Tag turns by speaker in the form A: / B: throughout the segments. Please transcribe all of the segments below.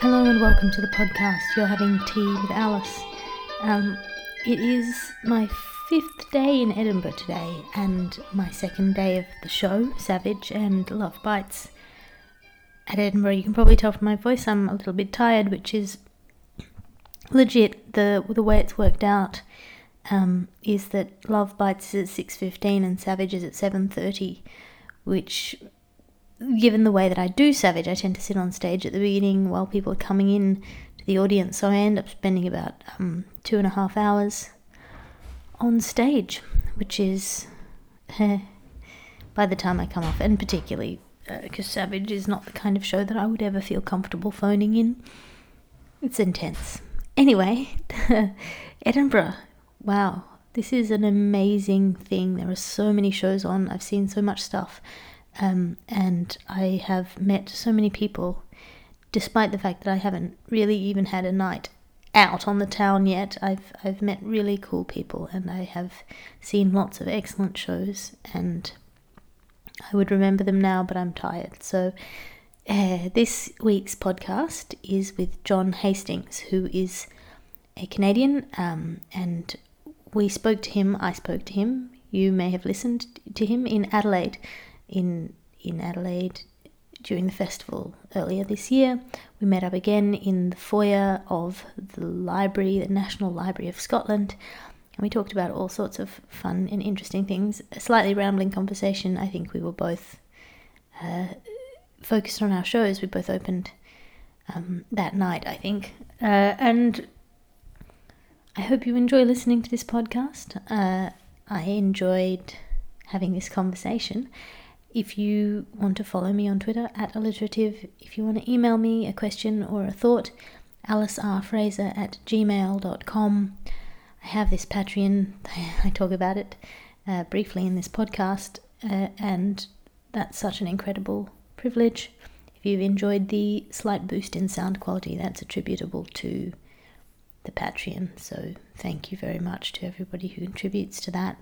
A: Hello and welcome to the podcast. You're having tea with Alice. Um, it is my fifth day in Edinburgh today and my second day of the show, Savage and Love Bites. At Edinburgh, you can probably tell from my voice I'm a little bit tired, which is legit. The the way it's worked out um, is that Love Bites is at six fifteen and Savage is at seven thirty, which given the way that I do Savage, I tend to sit on stage at the beginning while people are coming in to the audience, so I end up spending about um, two and a half hours on stage, which is eh, by the time I come off, and particularly because Savage is not the kind of show that I would ever feel comfortable phoning in. It's intense. Anyway, Edinburgh. Wow, this is an amazing thing. There are so many shows on. I've seen so much stuff um, and I have met so many people, despite the fact that I haven't really even had a night out on the town yet. I've I've met really cool people, and I have seen lots of excellent shows, and I would remember them now, but I'm tired. So. Uh, this week's podcast is with John Hastings, who is a Canadian, um, and we spoke to him. I spoke to him. You may have listened to him in Adelaide, in in Adelaide during the festival earlier this year. We met up again in the foyer of the library, the National Library of Scotland, and we talked about all sorts of fun and interesting things. A slightly rambling conversation. I think we were both uh, focused on our shows. We both opened um, that night, I think, uh, and I hope you enjoy listening to this podcast. Uh, I enjoyed having this conversation. If you want to follow me on Twitter at alliterative, if you want to email me a question or a thought, alicerfraser at gmail.com. I have this Patreon, I talk about it uh, briefly in this podcast, uh, and that's such an incredible privilege. If you've enjoyed the slight boost in sound quality, that's attributable to the Patreon. So thank you very much to everybody who contributes to that.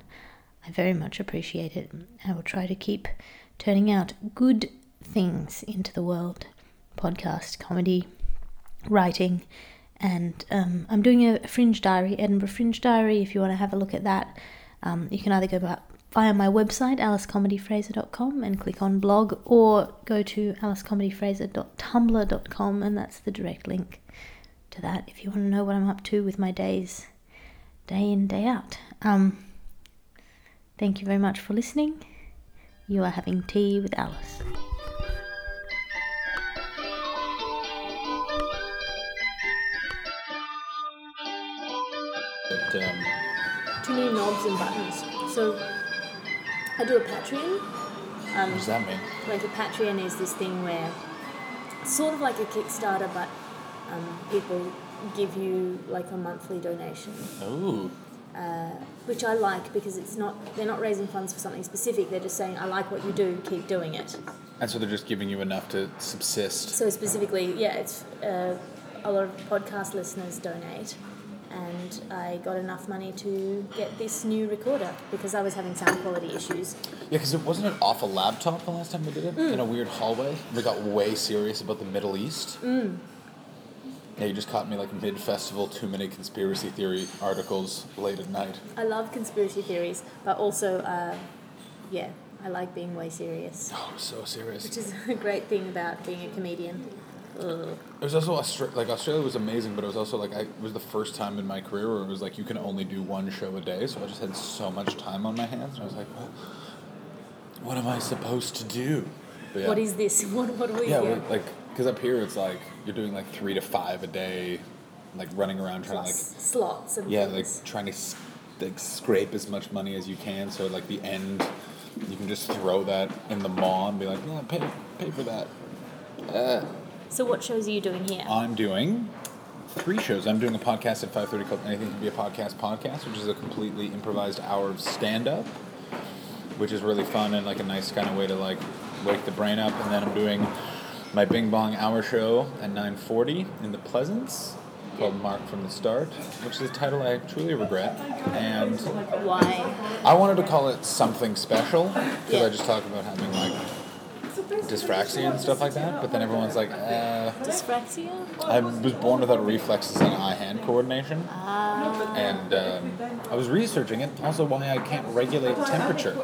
A: I very much appreciate it. I will try to keep turning out good things into the world podcast, comedy, writing, and um, I'm doing a Fringe Diary, Edinburgh Fringe Diary. If you want to have a look at that, um, you can either go back via my website, alicecomedyfraser.com, and click on blog, or go to alicecomedyfraser.tumblr.com, and that's the direct link to that if you want to know what I'm up to with my days, day in, day out. Um, Thank you very much for listening. You are having tea with Alice.
B: But, um,
C: too many knobs and buttons. So I do a Patreon. Um,
B: what does that mean?
C: like a Patreon is this thing where it's sort of like a Kickstarter, but um, people give you like a monthly donation,
B: Oh,
C: which I like because it's not they're not raising funds for something specific. They're just saying I like what you do, keep doing it.
B: and so they're just giving you enough to subsist.
C: So specifically, yeah, it's uh, a lot of podcast listeners donate. And I got enough money to get this new recorder because I was having sound quality issues.
B: Yeah, because it wasn't an awful laptop the last time we did it
C: Mm.
B: in a weird hallway. We got way serious about the Middle East.
C: Mm.
B: Yeah, you just caught me like mid festival, too many conspiracy theory articles late at night.
C: I love conspiracy theories, but also, uh, yeah, I like being way serious,
B: Oh, so serious.
C: which is a great thing about being a comedian. Ugh.
B: It was also Austra- like Australia was amazing, but it was also like I, it was the first time in my career where it was like you can only do one show a day, so I just had so much time on my hands, and I was like, well, what am I supposed to do? But yeah.
C: What is this? What what are we?
B: yeah,
C: yeah.
B: we're- like because up here it's like you're doing like three to five a day, like running around trying
C: Plus slots
B: to
C: and
B: like yeah, like
C: things.
B: trying to s- like scrape as much money as you can. So like the end, you can just throw that in the maw and be like, yeah, pay pay for that.
C: So what shows are you doing here?
B: I'm doing three shows. I'm doing a podcast at 5:30 called Anything Can Be a Podcast podcast, which is a completely improvised hour of stand-up, which is really fun and like a nice kind of way to like wake the brain up. And then I'm doing my Bing Bong Hour show at 9:40 in the Pleasance called Mark from the Start, which is a title I truly regret. And
C: Why?
B: I wanted to call it something special because
C: Yeah.
B: I just talk about having like dyspraxia and stuff like that, but then everyone's like, uh,
A: Dyspraxia?
B: I was born without reflexes and eye hand coordination. And um, I was researching it, also why I can't regulate temperature.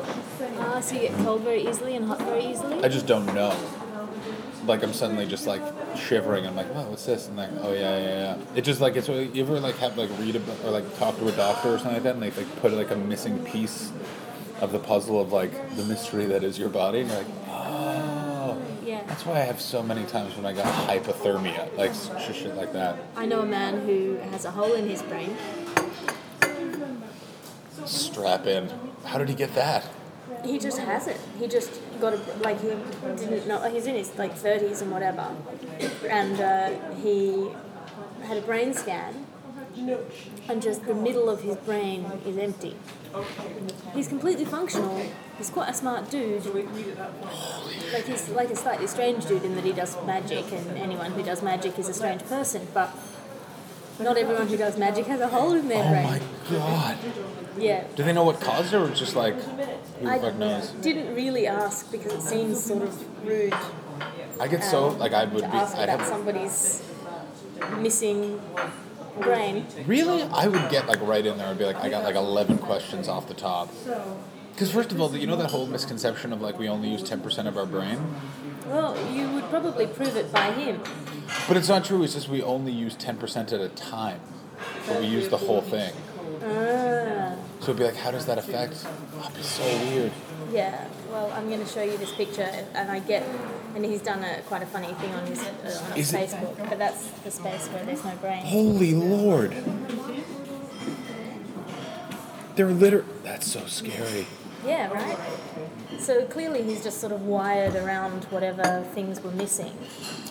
A: Ah, so you get cold very easily and hot very easily?
B: I just don't know. Like I'm suddenly just like shivering. I'm like, wow, what's this? And like, oh yeah, yeah, yeah. It just like it's. You ever like have like read about or like talk to a doctor or something like that, and they like put like a missing piece of the puzzle of like the mystery that is your body, and you're like, oh,
A: Yeah.
B: that's why I have so many times when I got hypothermia, like s- sh- shit like that.
A: I know a man who has a hole in his brain.
B: Strap in. How did he get that?
A: He just has it. He just got a like he didn't know. He's in his like thirties and whatever, and uh, he had a brain scan, and just the middle of his brain is empty. He's completely functional. He's quite a smart dude. Like he's like a slightly strange dude in that he does magic, and anyone who does magic is a strange person. But not everyone who does magic has a hole in their
B: Oh
A: brain.
B: my god.
A: Yeah.
B: Do they know what caused it, or just like who the
A: I
B: fuck knows?
A: didn't really ask because it seems sort of rude
B: I get so like I would
A: Um, to
B: be.
A: ask
B: I'd
A: about
B: have
A: somebody's missing brain.
B: Really? I would get like right in there and be like, I got like 11 questions off the top. Because, first of all, you know that whole misconception of like we only use 10% of our brain?
A: Well, you would probably prove it by him.
B: But it's not true, it's just we only use 10% at a time. But we use the whole thing.
A: Ah,
B: So it'd be like, how does that affect? That'd be so weird.
A: yeah. Well, I'm going to show you this picture, and I get, and he's done a quite a funny thing on his uh, on his
B: Is it- Oh.
A: Facebook, but that's the space where there's no brain.
B: Holy Lord! They're liter. That's so scary.
A: Yeah, right. So clearly he's just sort of wired around whatever things were missing.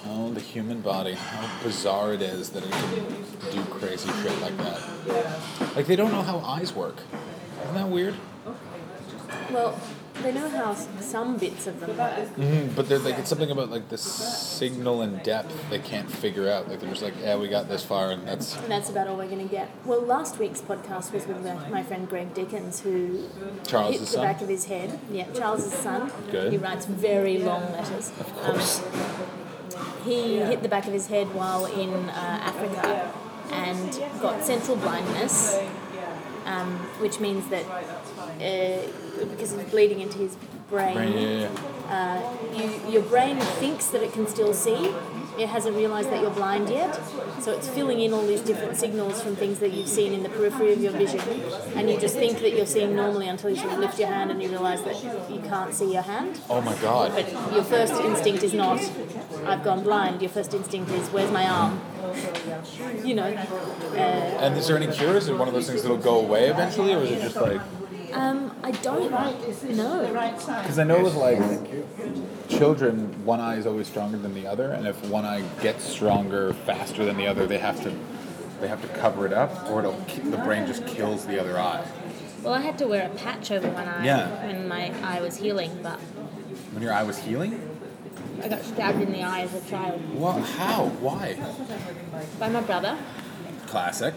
B: Oh, the human body. How bizarre it is that it can do crazy shit like that. Like, they don't know how eyes work. Isn't that weird?
A: Well, they know how s- some bits of them work.
B: Mm, but they're like it's something about like the signal and depth they can't figure out. Like they're just like, yeah, we got this far, and that's
A: And that's about all we're going to get. Well, last week's podcast was with my my friend Greg Dickens, who
B: Charles'
A: hit the
B: son?
A: back of his head. Yeah, Charles's son.
B: Good.
A: He writes very long letters. Of
B: course.
A: he hit the back of his head while in uh, Africa and got central blindness, um, which means that uh, because it's bleeding into his
B: right, yeah, yeah.
A: you, your brain thinks that it can still see. It hasn't realised that you're blind yet, so it's filling in all these different signals from things that you've seen in the periphery of your vision, and you just think that you're seeing normally until you sort of lift your hand and you realise that you can't see your hand.
B: Oh my god.
A: But your first instinct is not, I've gone blind. Your first instinct is, where's my arm? You know. Uh,
B: And is there any cure? Is it one of those things that'll go away eventually, or is it just like?
A: um, I don't know.
B: Because I know with like children, one eye is always stronger than the other, and if one eye gets stronger faster than the other, they have to they have to cover it up, or it'll ki- the brain just kills the other eye.
A: Well, I had to wear a patch over one eye
B: Yeah.
A: when my eye was healing, but
B: When your eye was healing,
A: I got stabbed in the eye as a child.
B: well, how? Why?
A: by my brother.
B: Classic.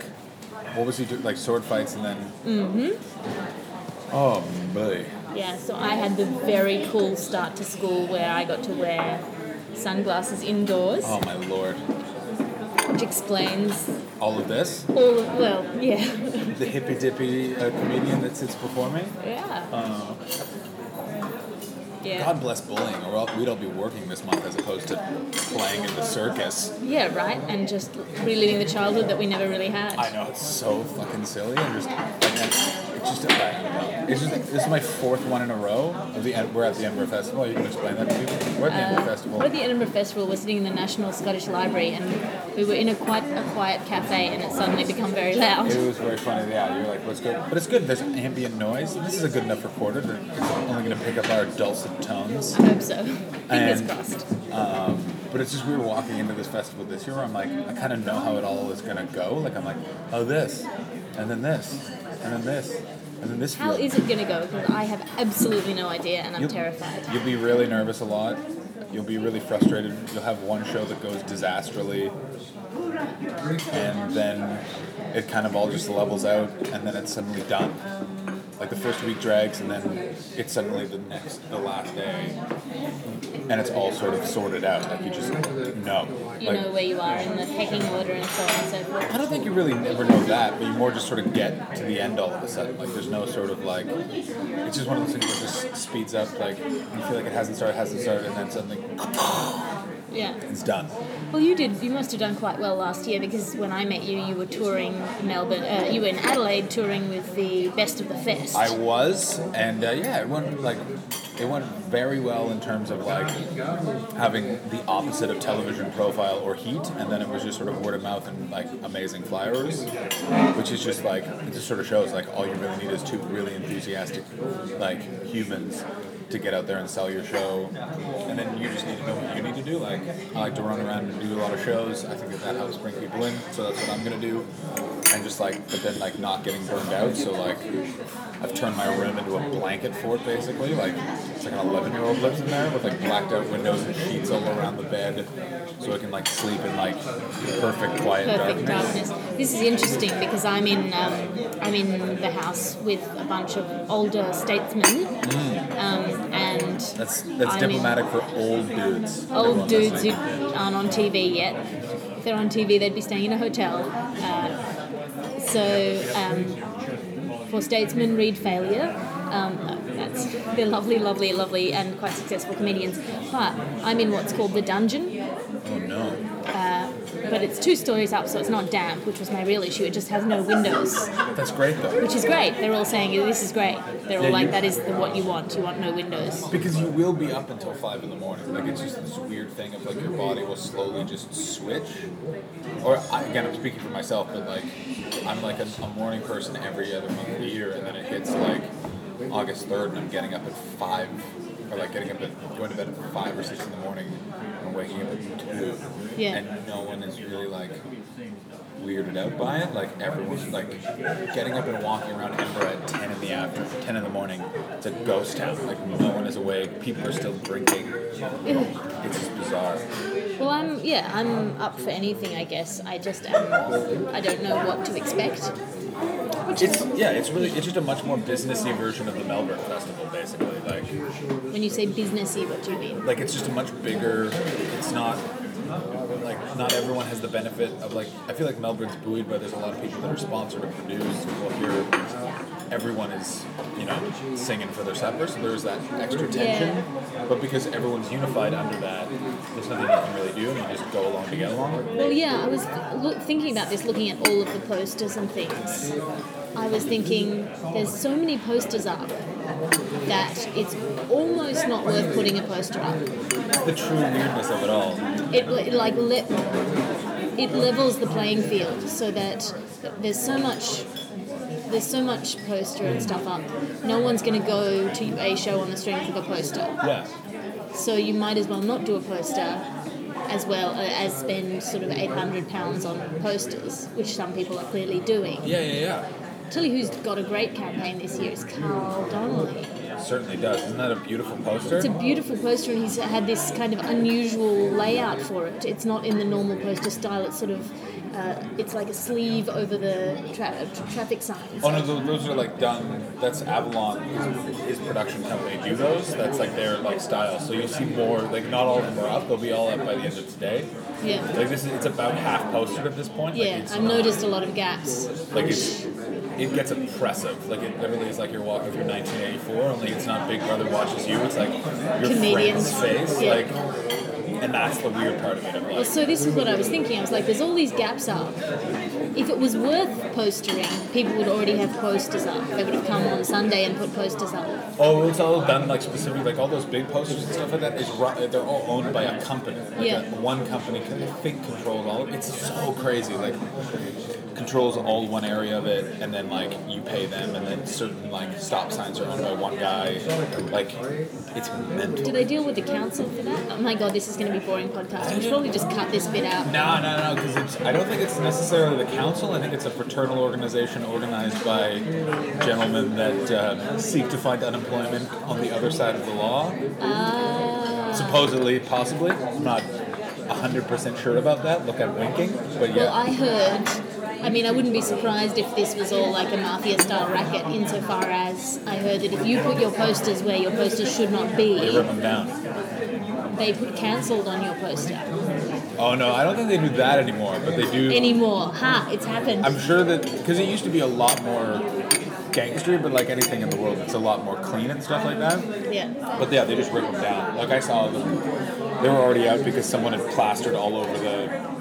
B: What was he doing? Like sword fights and then. Mm-hmm. Oh, boy.
A: Yeah, so I had the very cool start to school where I got to wear sunglasses indoors,
B: Oh, my lord.
A: which explains
B: All of this?
A: all. Well, yeah,
B: The hippy dippy uh, comedian that sits before me?
A: yeah,
B: Oh.
A: yeah,
B: God bless bullying, or else we'd all be working this month as opposed to playing in the circus.
A: yeah, right, and just reliving the childhood that we never really had.
B: I know, it's so fucking silly. And just. Like, I- it's just. I don't know. It's just. This is my fourth one in a row. Of the, we're at the Edinburgh Festival. You can explain that to people. We're at the Edinburgh Festival.
A: We're at Uh, the Edinburgh Festival. We're sitting in the National Scottish Library, and we were in a quite a quiet cafe, and it suddenly become very loud.
B: It was very funny. Yeah, you're like, let's go. But it's good. There's ambient noise. This is a good enough recorder. They're only going to pick up our dulcet tones.
A: I hope so. Fingers
B: And-
A: crossed.
B: But it's just we were walking into this festival this year. Where I'm like, I kind of know how it all is going to go. Like I'm like, oh this, and then this, and then this, and then this.
A: How
B: field.
A: is it going to go? Because I have absolutely no idea, and I'm
B: You'll-
A: terrified.
B: You'll be really nervous a lot. You'll be really frustrated. You'll have one show that goes disastrously, and then it kind of all just levels out, and then it's suddenly done. Like the first week drags, and then it's suddenly the next, the last day, and it's all sort of sorted out. Like you just know.
A: You
B: like,
A: know where you are in the pecking order and so on and so forth.
B: I don't think you really ever know that, but you more just sort of get to the end all of a sudden. Like there's no sort of like it's just one of those things that just speeds up. Like you feel like it hasn't started, hasn't started, and then suddenly
A: Yeah.
B: it's done.
A: Well, you did. You must have done quite well last year because when I met you, you were touring Melbourne. Uh, you were in Adelaide touring with the Best of the Fest.
B: I was, and uh, yeah, it went like it went very well in terms of like having the opposite of television profile or heat, and then it was just sort of word of mouth and like amazing flyers, which is just like it just sort of shows like all you really need is two really enthusiastic like humans to get out there and sell your show, and then you just need to know what you need to do. Like I like to run around and do a lot of shows. I think that that helps bring people in, so that's what I'm gonna do. And just like, but then like not getting burned out. So like, I've turned my room into a blanket fort basically. Like it's like an 11 year old lives in there with like blacked out windows and sheets all around the bed, so I can like sleep in like perfect quiet
A: Perfect
B: darkness.
A: darkness. This is interesting because I'm in um, I'm in the house with a bunch of older statesmen,
B: Mm.
A: um, and
B: That's that's
A: I'm in-
B: diplomatic for old dudes.
A: old
B: Everyone
A: dudes who
B: listening.
A: aren't on TV yet. If they're on TV, they'd be staying in a hotel. Uh, so, um, for statesmen, read failure. Um, that's they're lovely, lovely, lovely, and quite successful comedians. But I'm in what's called the dungeon,
B: Oh no.
A: but it's two stories up, so it's not damp, which was my real issue. It just has no windows,
B: That's great though.
A: which is great. They're all saying this is great. They're all
B: Yeah,
A: like,
B: you-
A: that is the, what you want. You want no windows.
B: Because you will be up until five in the morning. Like it's just this weird thing of like your body will slowly just switch. Or I, again, I'm speaking for myself, but like I'm like a, a morning person every other month of the year, and then it hits like August third, and I'm getting up at five, or like getting up at going to bed at five or six in the morning, and waking up at two.
A: Yeah.
B: And no one is really like weirded out by it. Like everyone's like getting up and walking around Edinburgh at ten in the afternoon, ten in the morning. It's a ghost town. Like no one is awake. People are still drinking. It's just bizarre.
A: Well, I'm yeah, I'm up for anything, I guess. I just am. I don't know what to expect.
B: It's yeah. It's really it's just a much more businessy version of the Melbourne Festival, basically. Like
A: When you say businessy, what do you mean?
B: like it's just a much bigger. It's not. Like not everyone has the benefit of like I feel like Melbourne's buoyed, but there's a lot of people that are sponsored and produced. Well, here everyone is you know singing for their supper, so there's that extra tension. But because everyone's unified under that, there's nothing you can really do, and you just go along to get along.
A: Well, yeah, I was look, thinking about this, looking at all of the posters and things. I was thinking, there's so many posters up that it's almost not worth putting a poster up.
B: The true weirdness of it all.
A: It li- like le- it levels the playing field so that there's so much there's so much poster and stuff up. No one's going to go to a show on the strength of a poster.
B: Yeah.
A: So you might as well not do a poster as well uh, as spend sort of £800 on posters, which some people are clearly doing.
B: Yeah, yeah,
A: Tell you who's got a great campaign this year is Carl Donnelly.
B: yeah. Certainly does. Isn't that a beautiful poster?
A: It's a beautiful poster, and he's had this kind of unusual layout for it. It's not in the normal poster style, it's sort of uh, it's like a sleeve over the tra- tra- traffic signs.
B: Oh no, tho- those are like done. That's Avalon, his production company, do those. That's like their like style. So you'll see more. Like not all of them are up. They'll be all up by the end of today.
A: Yeah,
B: Like this, is, it's about half posted at this point. like,
A: yeah,
B: it's
A: I've
B: not-
A: noticed a lot of gaps.
B: Like it's, it gets oppressive. Like it literally is like you're walking through 1984. Only it's not Big Brother watches you. It's like your
A: Comedians.
B: friend's face.
A: Yeah.
B: Like, and that's the weird part of it. I'm
A: Well,
B: like,
A: Oh, so this is what I was thinking. I was like, there's all these gaps up. If it was worth postering, people would already have posters up. They would have come on Sunday and put posters up.
B: oh, it's all done like specifically like all those big posters and stuff like that. Is ru- they're all owned by a company. Like
A: Yeah.
B: a, one company can I think controls all. of it. It's so crazy. Like controls all one area of it, and then like you pay them, and then certain like stop signs are owned by one guy. Like it's mental.
A: Do they deal with the council for that? Oh my god, this is going to be boring podcast. We should probably just cut this bit out.
B: No, no, no, because I don't think it's necessarily the council. I think it's a fraternal organization organized by gentlemen that uh, seek to find unemployment on the other side of the law.
A: Ah.
B: Supposedly, possibly. I'm not 100% sure about that. Look at winking. But
A: Well,
B: yeah.
A: I heard I mean, I wouldn't be surprised if this was all like a mafia style racket, insofar as I heard that if you put your posters where your posters should not
B: They rip
A: be,
B: them down.
A: they put cancelled on your poster
B: Oh no, I don't think they do that anymore, but they do.
A: anymore. Ha, it's happened.
B: I'm sure that because it used to be a lot more gangster, but like anything in the world, it's a lot more clean and stuff like that.
A: yeah.
B: But yeah, they just rip them down. Like I saw them, they were already out because someone had plastered all over the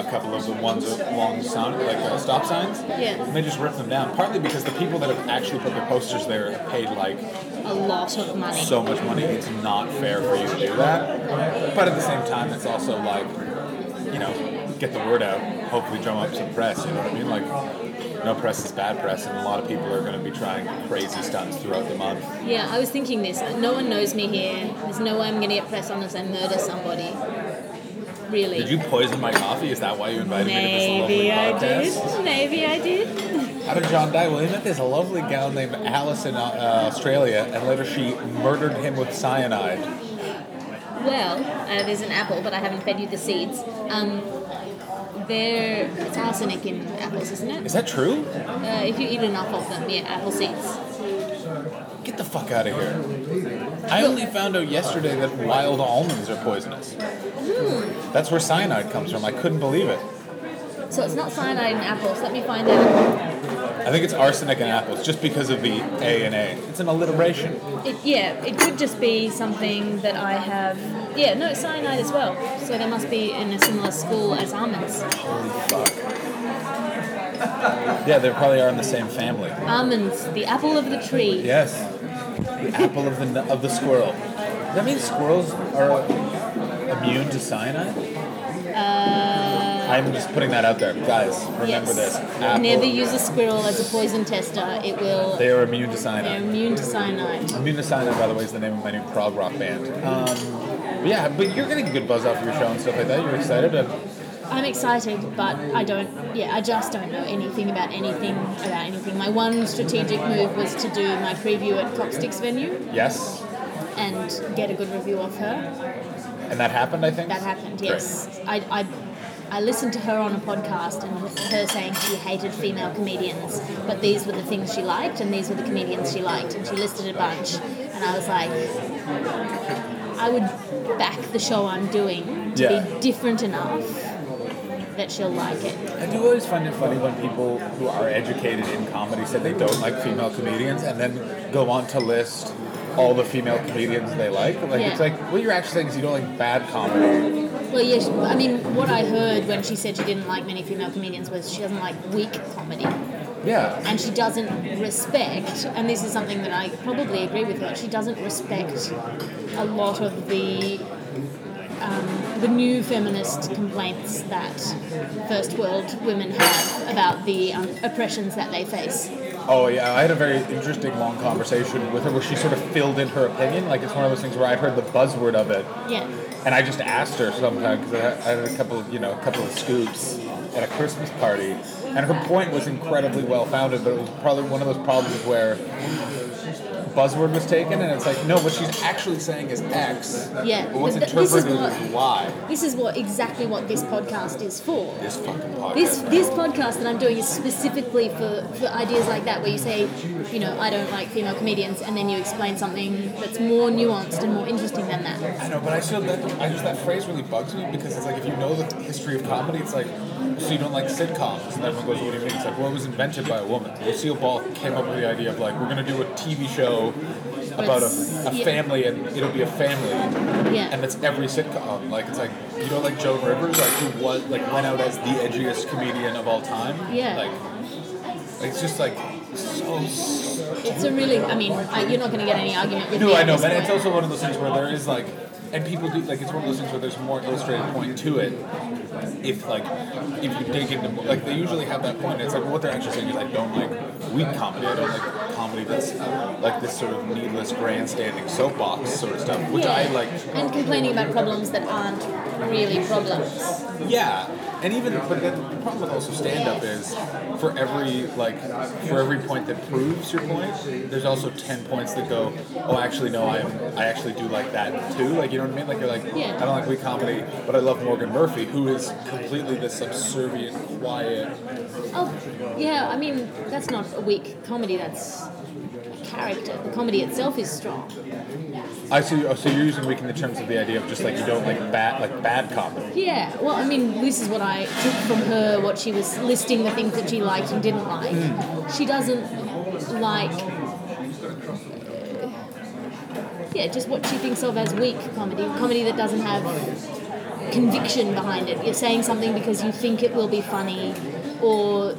B: a couple of the ones along sound like uh, stop signs.
A: Yeah.
B: And they just ripped them down. Partly because the people that have actually put their posters there have paid like
A: A lot of money.
B: so much money. It's not fair for you to do that. But at the same time, it's also like, you know, get the word out. Hopefully, drum up some press. You know what I mean? Like, no press is bad press, and a lot of people are going to be trying crazy stunts throughout the month.
A: Yeah, I was thinking this. No one knows me here. There's no way I'm going to get press unless I murder somebody. Really.
B: Did you poison my coffee? Is that why you invited me
A: Maybe I
B: to this lovely podcast?
A: did. Maybe I did.
B: How did John die? Well, he met this lovely gal named Alice in uh, Australia, and later she murdered him with cyanide.
A: Well, uh, there's an apple, but I haven't fed you the seeds. Um, there, it's arsenic in apples, isn't it?
B: Is that true?
A: Uh, if you eat enough of them, yeah, apple seeds.
B: Get the fuck out of here. I only found out yesterday that wild almonds are poisonous. That's where cyanide comes from. I couldn't believe it.
A: So it's not cyanide in apples. Let me find out.
B: I think it's arsenic in apples just because of the A and A. It's an alliteration.
A: It, yeah, it could just be something that I have. Yeah, no, cyanide as well. So they must be in a similar school as almonds.
B: Yeah, they probably are in the same family.
A: Almonds, the apple of the tree.
B: Yes. The apple of the nu- of the squirrel. Does that mean squirrels are immune to cyanide?
A: Uh,
B: I'm just putting that out there, guys. Remember
A: yes.
B: this. Apple,
A: Never use a squirrel as a poison tester. It will.
B: They are immune to
A: They're
B: cyanide.
A: immune to cyanide.
B: Immune to Cyanide, by the way, is the name of my new prog rock band. Um, but yeah, but you're getting a good buzz off your show and stuff like that. You're excited. Uh,
A: I'm excited, but I don't. Yeah, I just don't know anything about anything about anything. My one strategic move was to do my preview at Coxtick's venue
B: yes,
A: and get a good review of her.
B: and that happened. I think
A: That happened. Yes, I. I I listened to her on a podcast and her saying she hated female comedians, but these were the things she liked and these were the comedians she liked, and she listed a bunch. And I was like, I would back the show I'm doing to
B: Yeah.
A: be different enough that she'll like it.
B: I do always find it funny when people who are educated in comedy say they don't like female comedians, and then go on to list all the female comedians they like. Like it's
A: Yeah.
B: like what you're actually saying is you don't like bad comedy.
A: Well, yes. I mean, what I heard when she said she didn't like many female comedians was she doesn't like weak comedy,
B: Yeah.
A: and she doesn't respect. And this is something that I probably agree with her. She doesn't respect a lot of the um, the new feminist complaints that first world women have about the um, oppressions that they face.
B: Oh yeah, I had a very interesting long conversation with her where she sort of filled in her opinion. Like it's one of those things where I heard the buzzword of it.
A: Yeah.
B: And I just asked her sometime because I I had a couple, of, you know, a couple of scoops at a Christmas party, and her point was incredibly well founded, but it was probably one of those problems where buzzword was taken, and it's like, no, what she's actually saying is X.
A: Yeah.
B: But what's
A: But th- this is
B: interpreted
A: what-
B: is Y.
A: This is what exactly what this podcast is for.
B: This fucking podcast.
A: This
B: man.
A: this podcast that I'm doing is specifically for, for ideas like that, where you say, you know, I don't like female comedians, and then you explain something that's more nuanced and more interesting than that.
B: I know, but I still that I just that phrase really bugs me because it's like if you know the history of comedy, it's like so you don't like sitcoms, and everyone goes, "What do you mean?" It's like, well, it was invented by a woman. Lucille Ball came up with the idea of like we're gonna do a TV show about a, a
A: Yeah.
B: family, and it'll be a family, and
A: Yeah,
B: that's every sitcom. Like it's like you know, like Joan Rivers, like who was like went out as the edgiest comedian of all time.
A: Yeah.
B: Like, like it's just like so
A: it's a really. I mean, I, you're not going to get any argument with me.
B: No, I
A: at
B: know,
A: this
B: but it's
A: point.
B: also one of those things where there is like, and people do like it's one of those things where there's a more illustrated point to it. If like, if you dig into like they usually have that point, it's like well, what they're actually saying is I don't like weak comedy, I don't like comedy that's like this sort of needless grandstanding soapbox sort of stuff, which
A: yeah.
B: I like.
A: and complaining about problems that aren't really problems.
B: Yeah, and even but that, the problem with also stand up is for every like for every point that proves your point, there's also ten points that go, oh, actually no, I am, I actually do like that too. Like you know what I mean? Like you're like,
A: Yeah.
B: I don't like weak comedy, but I love Morgan Murphy, who is completely this subservient, quiet.
A: Oh, yeah. I mean, that's not a weak comedy. That's character. The comedy itself is strong.
B: I see. Oh, so you're using weak in the terms of the idea of just like you don't like bad like bad comedy.
A: Yeah. Well, I mean, this is what I took from her. What she was listing the things that she liked and didn't like. She doesn't like. uh, Yeah, just what she thinks of as weak comedy, comedy that doesn't have conviction behind it. You're saying something because you think it will be funny, or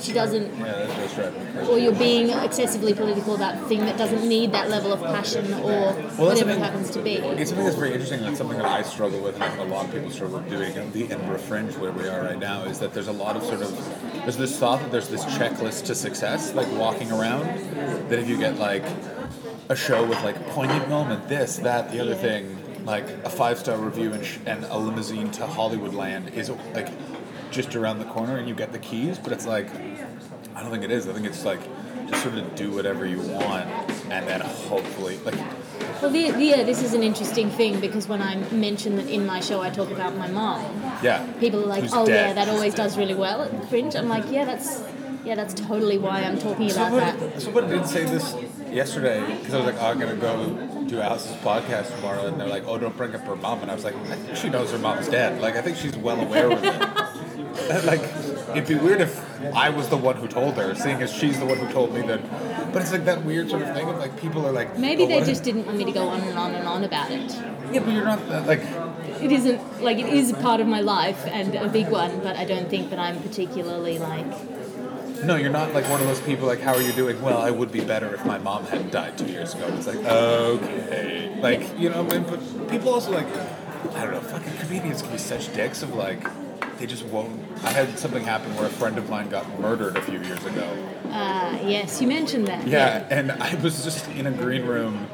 A: she doesn't
B: Yeah, that's, that's right.
A: or you're being excessively political about a thing that doesn't need that level of passion or
B: that's
A: whatever
B: the
A: it
B: thing.
A: happens to be.
B: It's something that's very interesting. That's something that I struggle with, and I think a lot of people struggle with doing. And the Edinburgh Fringe, where we are right now, is that there's a lot of sort of there's this thought that there's this checklist to success, like walking around, that if you get like a show with like poignant moment, this, that, the other thing, like a five star review and, sh- and a limousine to Hollywoodland is like just around the corner, and you get the keys. But it's like I don't think it is. I think it's like just sort of do whatever you want, and then hopefully like.
A: Well, the, the- yeah, this is an interesting thing because when I mention that in my show I talk about my mom,
B: Yeah.
A: people are like,
B: Who's
A: "Oh yeah,
B: dead.
A: that always does really well at the fringe." I'm like, "Yeah, that's yeah, that's totally why I'm talking about that."
B: Somebody, somebody did say this yesterday because I was like, oh, I'm gonna go do Alice's podcast tomorrow, and they're like, oh, don't bring up her mom, and I was like, I think she knows her mom's dead. Like, I think she's well aware of it. like, it'd be weird if I was the one who told her, seeing as she's the one who told me that. But it's like that weird sort of thing of like people are like,
A: Maybe
B: "Oh,
A: they
B: what-
A: just didn't want me to go on and on and on about it.
B: yeah, but you're not that, like
A: It isn't like it is part of my life and a big one, but I don't think that I'm particularly like
B: no, you're not like one of those people like, how are you doing? Well, I would be better if my mom hadn't died two years ago. It's like, okay, like you know, I mean, but people also like, I don't know, fucking comedians can be such dicks of like, they just won't. I had something happen where a friend of mine got murdered a few years ago.
A: uh, yes, you mentioned that.
B: Yeah, and I was just in a green room,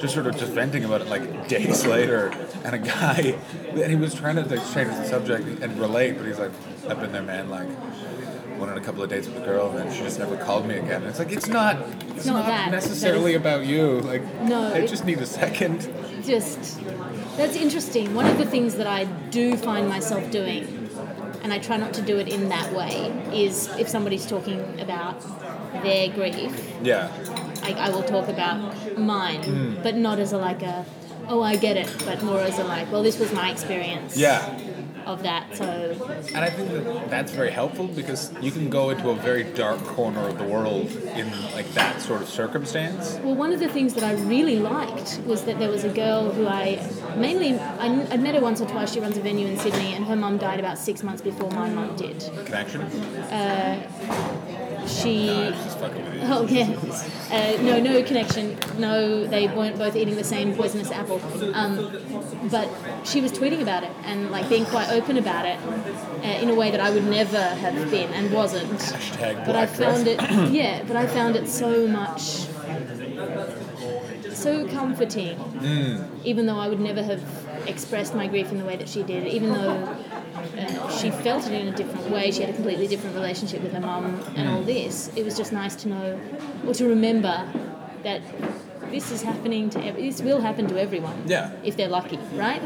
B: just sort of just venting about it like days later, and a guy, and he was trying to like change the subject and relate, but he's like, I've been there, man, like. Went on a couple of dates with a girl, and then she just never called me again. And it's like it's not, it's,
A: not
B: not,
A: that.
B: necessarily about you. Like,
A: No,
B: I
A: it-
B: just need a second.
A: just that's interesting. One of the things that I do find myself doing, and I try not to do it in that way, is if somebody's talking about their grief,
B: Yeah,
A: I, I will talk about mine, but not as a like a oh I get it, but more as a like well this was my experience
B: yeah.
A: of that. So
B: And I think that that's very helpful because you can go into a very dark corner of the world in like that sort of circumstance.
A: well, one of the things that I really liked was that there was a girl who I mainly I, I met her once or twice. She runs a venue in Sydney, and her mum died about six months before my mum did.
B: Connection.
A: She
B: I'm just fucking with you.
A: Oh yeah, uh, no, no connection. No, they weren't both eating the same poisonous apple. Um, but she was tweeting about it and like being quite open about it uh, in a way that I would never have been and wasn't.
B: Hashtag
A: but I
B: black
A: found it, yeah. But I found it so much, so comforting.
B: Mm.
A: Even though I would never have expressed my grief in the way that she did, even though. Uh, she felt it in a different way. She had a completely different relationship with her mum and
B: Mm.
A: all this. It was just nice to know or to remember that this is happening to ev- this will happen to everyone.
B: Yeah.
A: If they're lucky, right?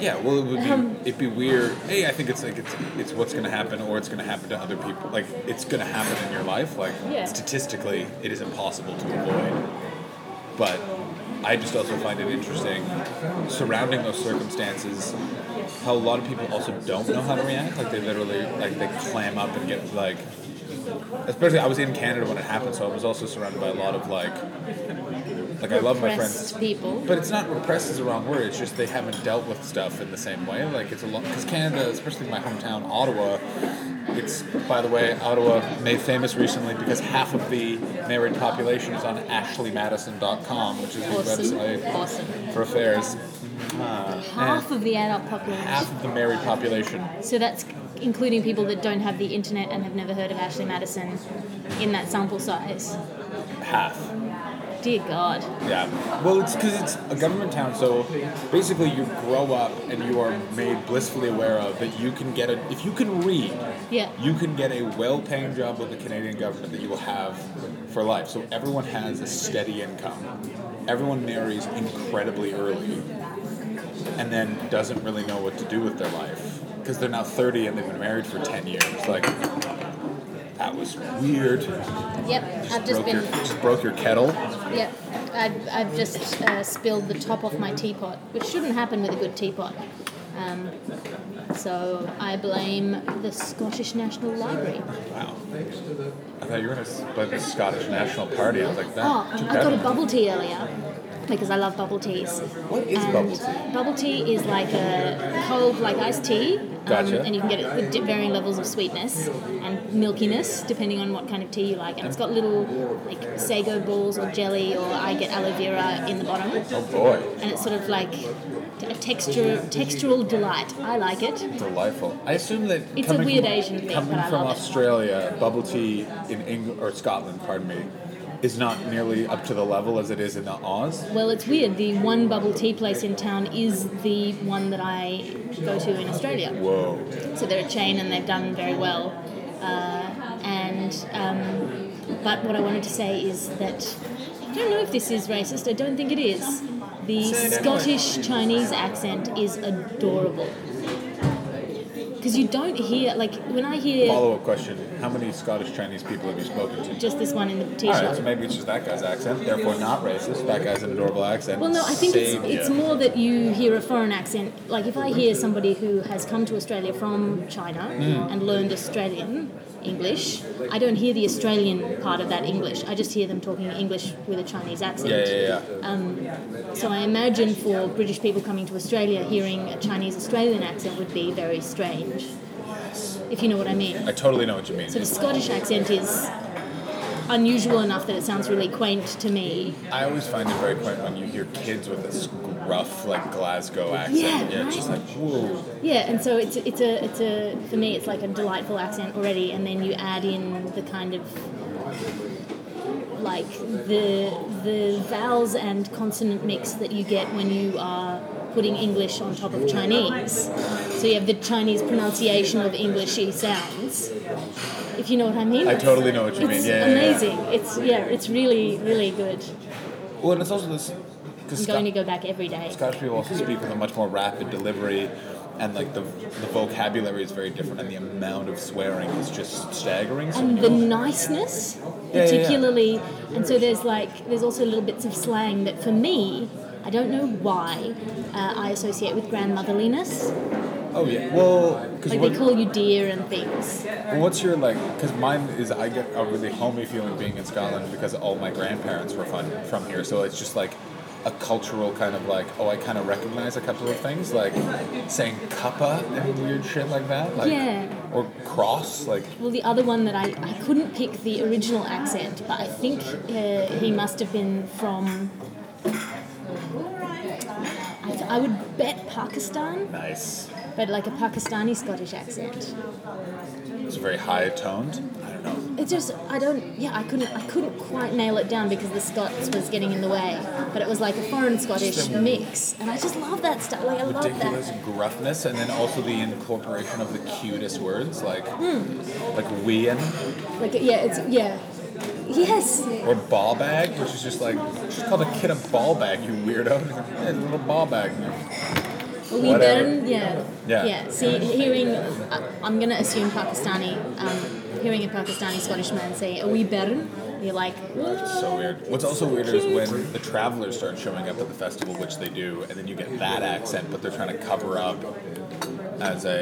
B: Yeah, well, it would be, it'd be weird. Hey, I think it's like it's it's what's going to happen, or it's going to happen to other people. Like it's going to happen in your life. Like
A: Yeah.
B: statistically, it is impossible to avoid. But I just also find it interesting surrounding those circumstances. How a lot of people also don't know how to react. Like they literally like they clam up and get like. Especially, I was in Canada when it happened, so I was also surrounded by a lot of like. Like I love my friends.
A: Pressed people.
B: But it's not repressed is the wrong word. It's just they haven't dealt with stuff in the same way. Like it's a lot because Canada, especially my hometown Ottawa, it's by the way Ottawa made famous recently because half of the married population is on AshleyMadison.com, which is the
A: Awesome.
B: website
A: Awesome.
B: for affairs. Uh,
A: Half of the adult population.
B: Half of the married population.
A: So that's including people that don't have the internet and have never heard of Ashley Madison in that sample size.
B: half.
A: Dear God.
B: Yeah. Well, it's because it's a government town, so basically you grow up and you are made blissfully aware of that you can get a if you can read,
A: Yeah.
B: you can get a well-paying job with the Canadian government that you will have for life. So everyone has a steady income. Everyone marries incredibly early, and then doesn't really know what to do with their life because they're now 30 and they've been married for 10 years. Like that was weird.
A: Yep. I've just
B: broke your
A: been.
B: just broke your kettle.
A: Yep. I've, I've just uh, spilled the top off my teapot, which shouldn't happen with a good teapot. Um, so I blame the Scottish National Library.
B: Wow. I thought you were going to play the Scottish National Party. I was like, that.
A: Oh,
B: Ah, too
A: I
B: bad.
A: got a bubble tea earlier because I love bubble teas.
B: What is
A: And
B: bubble tea?
A: Um, Bubble tea is like a cold, like iced tea. um,
B: Gotcha.
A: and you can get it with di- varying levels of sweetness and milkiness, depending on what kind of tea you like. And it's got little, like, sago balls or jelly, or I get aloe vera in the bottom.
B: Oh boy,
A: And it's sort of like a texture, textural delight. I like it.
B: delightful. I assume that
A: It's a
B: coming
A: weird
B: from,
A: Asian thing,
B: Coming
A: but I love
B: from
A: it.
B: Australia, bubble tea in England or Scotland, pardon me, is not nearly up to the level as it is in the Oz.
A: Well, it's weird. The one bubble tea place in town is the one that I go to in Australia.
B: Whoa.
A: so they're a chain and they've done very well. Uh, and um, but what I wanted to say is that I don't know if this is racist. I don't think it is. The Scottish Chinese accent is adorable because you don't hear like when I hear
B: Follow up question: How many Scottish Chinese people have you spoken to?
A: just this one in the
B: All
A: t-shirt.
B: right, so maybe it's just that guy's accent, therefore not racist. That guy's an adorable accent.
A: Well, no, I think it's,
B: Same
A: it's
B: here.
A: more that you hear a foreign accent. Like if I hear somebody who has come to Australia from China
B: Mm.
A: and learned Australian English, I don't hear the Australian part of that English. I just hear them talking English with a Chinese accent.
B: Yeah, yeah, yeah.
A: So I imagine for British people coming to Australia, hearing a Chinese Australian accent would be very strange. If you know what I mean.
B: I totally know what you mean.
A: So the Scottish accent is unusual enough that it sounds really quaint to me.
B: I always find it very quaint when you hear kids with this gruff, like Glasgow accent.
A: Yeah,
B: it's just like, whoa.
A: Yeah, and so it's it's a it's a for me it's like a delightful accent already, and then you add in the kind of like the the vowels and consonant mix that you get when you are putting English on top of Chinese. So you have the Chinese pronunciation of Englishy sounds. If you know what I mean.
B: I totally know what you mean,
A: It's
B: yeah, yeah, yeah.
A: amazing. It's yeah, it's really really good.
B: Well, and it's also this. Cause
A: I'm
B: Sco-
A: going to go back every day.
B: Scottish people also speak with a much more rapid delivery, and like the, the vocabulary is very different, and the amount of swearing is just staggering. So
A: and
B: when
A: Um, the
B: you-
A: niceness
B: yeah, yeah.
A: particularly and so there's like there's also little bits of slang that for me i don't know why uh, i associate with grandmotherliness
B: oh yeah. Well, because
A: like they call you dear and things
B: what's your like? Because mine is I get a really homey feeling being in Scotland because all my grandparents were from from here, so it's just like. A cultural kind of like, oh, I kind of recognize a couple of things, like saying "cuppa" and weird shit like that, like
A: Yeah.
B: or cross, like
A: well the other one that i, I couldn't pick the original accent but i think uh, he must have been from I, I would bet pakistan
B: nice.
A: but like a pakistani scottish accent
B: It's very high toned. I don't know.
A: It just I don't yeah I couldn't I couldn't quite nail it down because the Scots was getting in the way, but it was like a foreign Scottish mix, and I just love that stuff. Like I love that.
B: ridiculous gruffness and then also the incorporation of the cutest words like
A: Hmm.
B: like wean
A: Like yeah, it's yeah, yes.
B: or ball bag, which is just like just call the kid a ball bag, you weirdo. Yeah, it's a little ball bag.
A: We
B: Whatever.
A: then yeah
B: Yeah.
A: See, hearing I, I'm gonna assume Pakistani. Um, hearing a Pakistani Scottish man say "Are we better?" You're like
B: It's so weird. What's also weirder is when the travelers start showing up at the festival, which they do, and then you get that accent, but they're trying to cover up as a.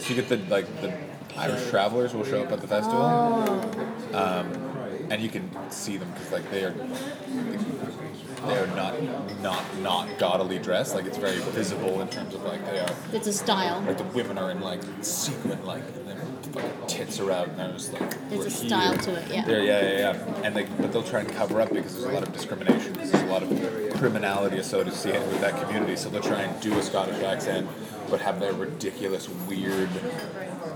B: So you get the like the Irish travelers will show up at the festival, um, and you can see them because like they are they are not not not gaudily dressed. Like it's very visible in terms of like they are
A: it's a style.
B: like the women are in like sequin like and then fucking Kit Sarau knows like
A: There's
B: we're
A: a style
B: here.
A: to it, yeah.
B: There- yeah, yeah, yeah. And they, but they'll try and cover up because there's a lot of discrimination, because there's a lot of criminality associated with that community. So they'll try and do a Scottish accent, but have their ridiculous, weird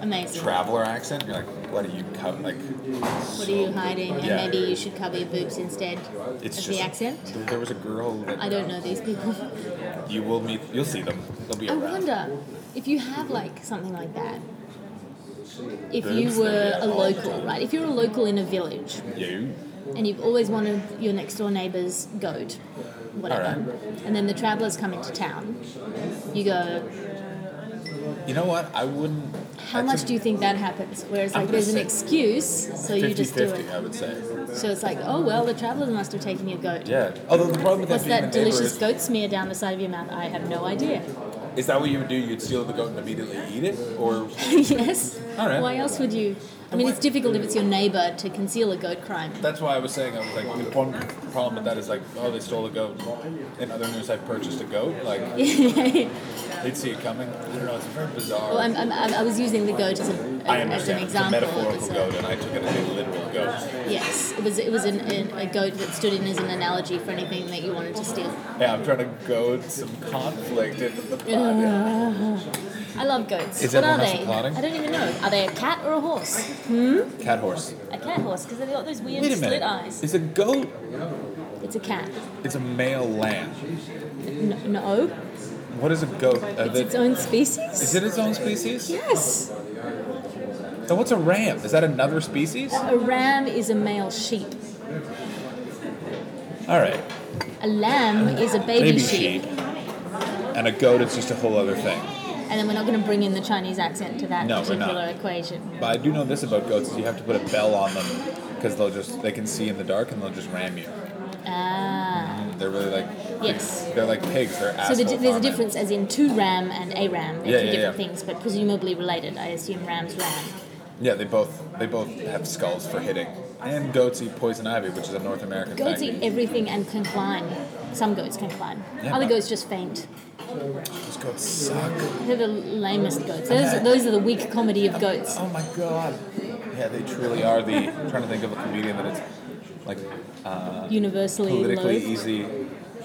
A: Amazing.
B: traveler accent. You're like, what are you co- like?
A: What are you hiding? And
B: Yeah.
A: maybe you should cover your boobs instead
B: It's
A: of
B: just
A: the accent.
B: There was a girl that
A: I don't know these people.
B: you will meet. You'll see them. They'll be
A: I
B: around.
A: wonder if you have like something like that. If
B: Boobs,
A: you were
B: yeah,
A: a
B: all the
A: local, right? If you're a local in a village
B: You.
A: and you've always wanted your next door neighbour's goat, whatever, and then the travellers come into town, you go,
B: You know what? I wouldn't.
A: how much do you think that happens? Whereas
B: I'm
A: like
B: gonna
A: there's an
B: say
A: excuse, so you
B: 50
A: just do
B: 50, I
A: it.
B: would say.
A: So it's like, oh well, the travellers must have taken your goat.
B: Yeah. Although the problem with
A: What's that
B: that being the neighbor
A: delicious
B: is-
A: goat smear down the side of your mouth? I have no idea.
B: Is that what you would do? You'd steal the goat and immediately eat it, or
A: yes.
B: All right.
A: Why else would you? I mean, it's difficult if it's your neighbour to conceal a goat crime.
B: that's why I was saying I was like the one problem with that is like oh they stole a goat. In other news, I purchased a goat. Like
A: well,
B: they'd see it coming. I don't know. It's very bizarre.
A: I'm, I'm, I'm- I was using the goat as, a,
B: I
A: as an
B: understand. It's a
A: example. It
B: metaphorical
A: was a-
B: goat, and I took it as a literal goat.
A: yes, it was it was an, an, a goat that stood in as an analogy for anything that you wanted to steal.
B: Yeah, I'm trying to goad some conflict into the pod.
A: I love goats.
B: Is
A: what
B: everyone
A: are
B: else
A: they?
B: applauding?
A: I don't even know. Are they a cat or a horse?
B: Cat horse.
A: A cat horse because they've got those weird
B: Wait a
A: slit
B: minute.
A: eyes.
B: It's a goat.
A: It's a cat.
B: It's a male lamb.
A: No, no.
B: What is a goat? Are
A: it's
B: they-
A: its own species.
B: is it its own species?
A: yes.
B: Then what's a ram? Is that another species?
A: A ram is a male sheep.
B: All right.
A: A lamb is a baby,
B: Baby
A: sheep.
B: sheep. And a goat is just a whole other thing.
A: And then we're not going to bring in the Chinese accent to that
B: No, we're not.
A: particular equation.
B: But I do know this about goats: is you have to put a bell on them because they'll just they can see in the dark and they'll just ram you. Mm,
A: Ah,
B: They're really like
A: yes.
B: they're like pigs. They're
A: So
B: assholes.
A: the, there's a difference, as in two ram and a ram. They're
B: Yeah,
A: two
B: yeah,
A: different
B: yeah.
A: things, but presumably related. I assume ram's ram.
B: Yeah, they both they both have skulls for hitting. And goats eat poison ivy, which is a North American
A: Goats
B: fact.
A: eat everything and can climb. Some goats can climb.
B: Yeah,
A: Other
B: but-
A: goats just faint.
B: Those goats suck.
A: They're the lamest goats. Those, are- those are the weak comedy of goats.
B: Oh my god. Yeah, they truly are the. I'm trying to think of a comedian that it's like uh,
A: Universally
B: politically
A: loathed.
B: easy.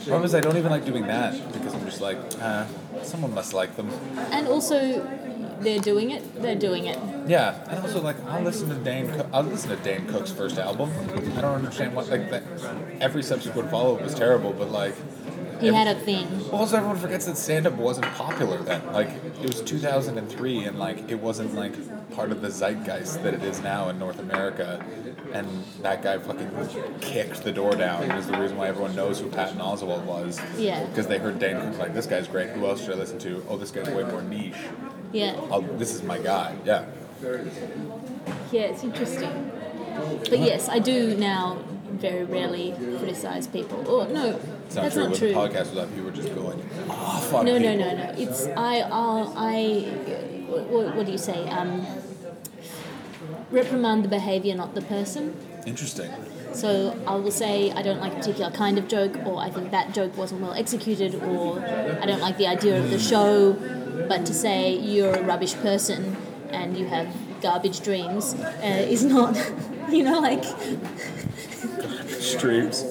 B: Problem is, I don't even like doing that because I'm just like, uh, someone must like them.
A: And also, they're doing it. They're doing it.
B: Yeah, and also like I'll listen to Dane. Co- I'll listen to Dane Cook's first album. I don't understand what like that. Every subsequent follow up was terrible, but like.
A: He had a thing.
B: Also, everyone forgets that stand-up wasn't popular then. Like, it was 2003, and like, it wasn't like part of the zeitgeist that it is now in North America. And that guy fucking kicked the door down. It was the reason why everyone knows who Patton Oswalt was.
A: Yeah.
B: Because they heard Dane Cook like, this guy's great. Who else should I listen to? Oh, this guy's way more niche.
A: Yeah.
B: Oh, this is my guy. Yeah.
A: Yeah, it's interesting. But yes, I do now very rarely criticize people. Or no,
B: It's not
A: that's
B: true.
A: not
B: when
A: true.
B: the podcast was up, you were just going off on
A: no, no,
B: people.
A: no, no. It's I, I'll, I, what, what do you say? Um, reprimand the behavior, not the person.
B: Interesting.
A: So I will say I don't like a particular kind of joke, or I think that joke wasn't well executed, or I don't like the idea of the show. But to say you're a rubbish person and you have garbage dreams uh, is not, you know, like
B: Streams.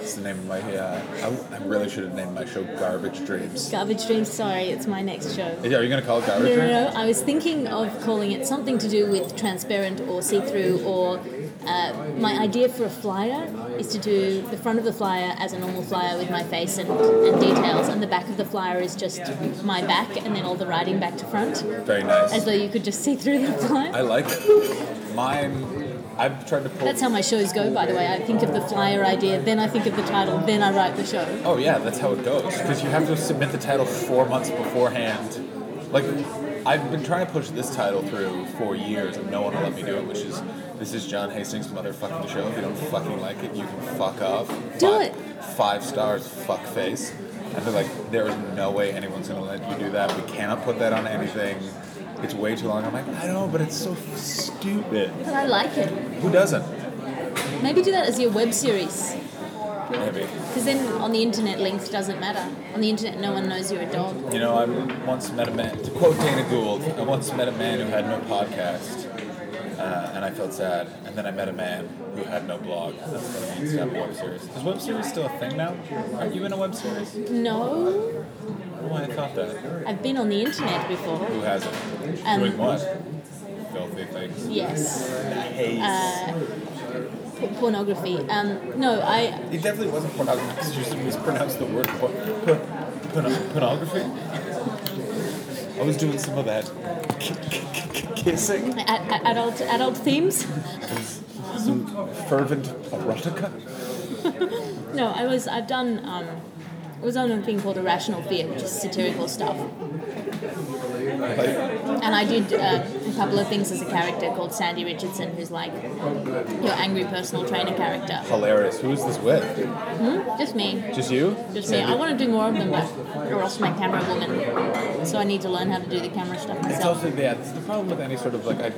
B: It's the name of my. Uh, I, I really should have named my show Garbage Dreams.
A: garbage dreams. Sorry, it's my next show.
B: Yeah, are you gonna call it garbage?
A: No, no,
B: man?
A: no. I was thinking of calling it something to do with transparent or see through, or uh, my idea for a flyer is to do the front of the flyer as a normal flyer with my face and, and details, and the back of the flyer is just my back and then all the writing back to front,
B: Very
A: as
B: nice.
A: though you could just see through the
B: I
A: flyer.
B: like it. Mine. I've tried to pull.
A: That's how my shows go, by the way. I think of the flyer idea, then I think of the title, then I write the show.
B: oh yeah, that's how it goes. Because you have to submit the title four months beforehand. Like, I've been trying to push this title through for years, and no one will let me do it. Which is, this is John Hastings' motherfucking show. If you don't fucking like it, you can fuck off.
A: Do
B: Five-
A: it.
B: Five stars, fuck face. And they're like, there is no way anyone's gonna let you do that. We cannot put that on anything. It's way too long. I'm like, I know, but it's so stupid.
A: But I like it.
B: Who doesn't?
A: Maybe do that as your web series.
B: Maybe.
A: Because then on the internet, links doesn't matter. On the internet, no one knows you're a dog.
B: You know, I once met a man, to quote Dana Gould, I once met a man who had no podcast. uh, and I felt sad. And then I met a man who had no blog. That's what it means to have a web series. Is web series still a thing now? Are you in a web series?
A: No,
B: Oh, I thought that.
A: I've been on the internet before.
B: Who hasn't?
A: Um,
B: Doing what? Filthy things.
A: Yes,
B: Haze.
A: P- pornography. Um, no, I
B: it definitely wasn't pornography because you mispronounced the word por- porn- pornography. I was doing some of that k- k- k- kissing.
A: a- a- adult adult themes.
B: Some fervent erotica.
A: No, I was I've done um, I was on a thing called Irrational Fear, which is satirical stuff,
B: Like,
A: and I did uh, a couple of things as a character called Sandy Richardson, who's like your angry personal trainer character.
B: hilarious. Who is this with?
A: Just me.
B: Just you?
A: Just me. I want to do more of them, but we're also my camera woman, so I need to learn how to do the camera stuff
B: It's
A: myself.
B: also yeah. It's the problem with any sort of like I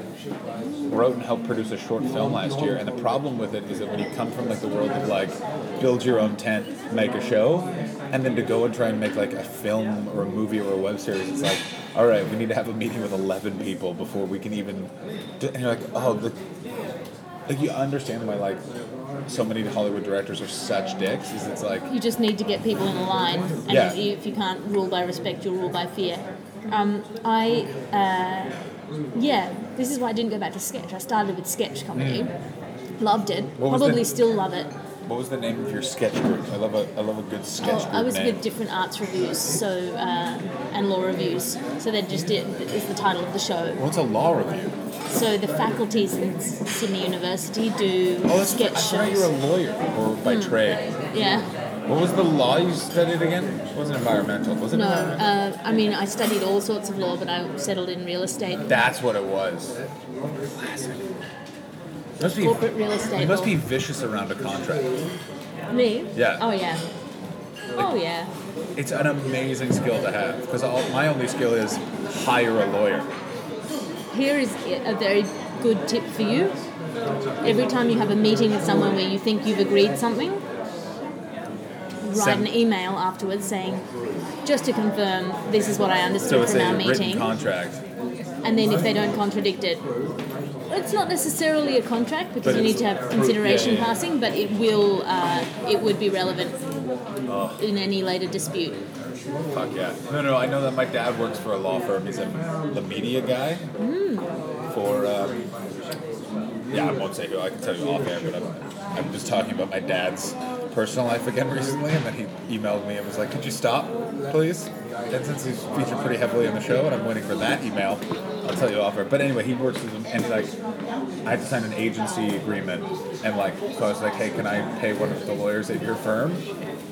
B: wrote and helped produce a short film last year, and the problem with it is that when you come from like the world of like build your own tent, make a show, and then to go and try and make like a film or a movie or a web series, it's like all right, we need to have a meeting with eleven people before we can even. Do, and you're like, oh, the, like you understand why like so many Hollywood directors are such dicks. Is it's like
A: You just need to get people in line, and
B: Yeah.
A: if, you, if you can't rule by respect, you'll rule by fear. Um, I, uh, yeah, this is why I didn't go back to sketch. I started with sketch comedy, loved it,
B: Hmm. What was
A: probably
B: the-
A: still love it.
B: what was the name of your sketch group? I love a I love a good sketch
A: Oh,
B: group
A: I was
B: name.
A: with different arts reviews, so uh, and law reviews. So that just did, is the title of the show.
B: What's a law review?
A: So the faculties in Sydney University do
B: Oh, that's
A: sketch
B: I thought you
A: shows.
B: were a lawyer or by
A: Hmm.
B: trade.
A: yeah,
B: What was the law you studied again? It wasn't environmental, was it?
A: no.
B: environmental?
A: Uh, I mean, I studied all sorts of law, but I settled in real estate.
B: That's what it was. Classic. Must be,
A: Corporate real estate
B: You must
A: law.
B: be vicious around a contract.
A: Me?
B: Yeah.
A: Oh yeah. Oh yeah.
B: It's an amazing skill to have because my only skill is hire a lawyer.
A: Here is a very good tip for you. Every time you have a meeting with someone where you think you've agreed something, write
B: Send-
A: an email afterwards saying, "Just to confirm, this is what I
B: So
A: understood
B: it's
A: from
B: a
A: our
B: written
A: meeting."
B: contract,
A: and then if they don't contradict it, it's not necessarily a contract because
B: But
A: you need
B: it's
A: to have
B: proof,
A: consideration
B: yeah, yeah.
A: passing, but it will, uh, it would be relevant
B: Oh.
A: in any later dispute.
B: Fuck yeah. No, no, I know that my dad works for a law firm. He's a, the media guy for, um, yeah, I won't say who. I can tell you off air, but I'm, I'm just talking about my dad's personal life again recently. And then he emailed me and was like, could you stop, please? And since he's featured pretty heavily on the show and I'm waiting for that email, I'll tell you off air. But anyway, he works with him and like, I had to sign an agency agreement. And like, so I was like, hey, can I pay one of the lawyers at your firm?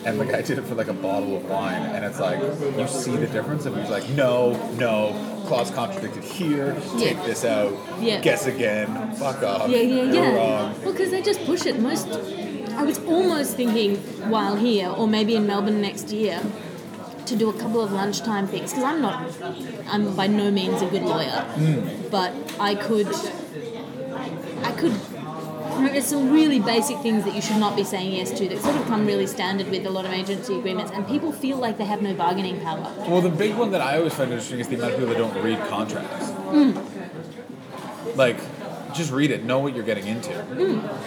B: And the guy did it for like a bottle of wine, and it's like you see the difference. And he's like, no, no, clause contradicted here. Take
A: Yeah.
B: this out.
A: Yeah.
B: Guess again. Fuck off.
A: Yeah, yeah,
B: You're
A: yeah.
B: wrong.
A: Well, because they just push it. Most, I was almost thinking while here, or maybe in Melbourne next year, to do a couple of lunchtime things. Because I'm not, I'm by no means a good lawyer, but I could, I could. you know, There's some really basic things that you should not be saying yes to that sort of come really standard with a lot of agency agreements, and people feel like they have no bargaining power.
B: Well, the big one that I always find interesting is the amount of people that don't read contracts.
A: Mm.
B: Like, just read it. Know what you're getting into.
A: Mm.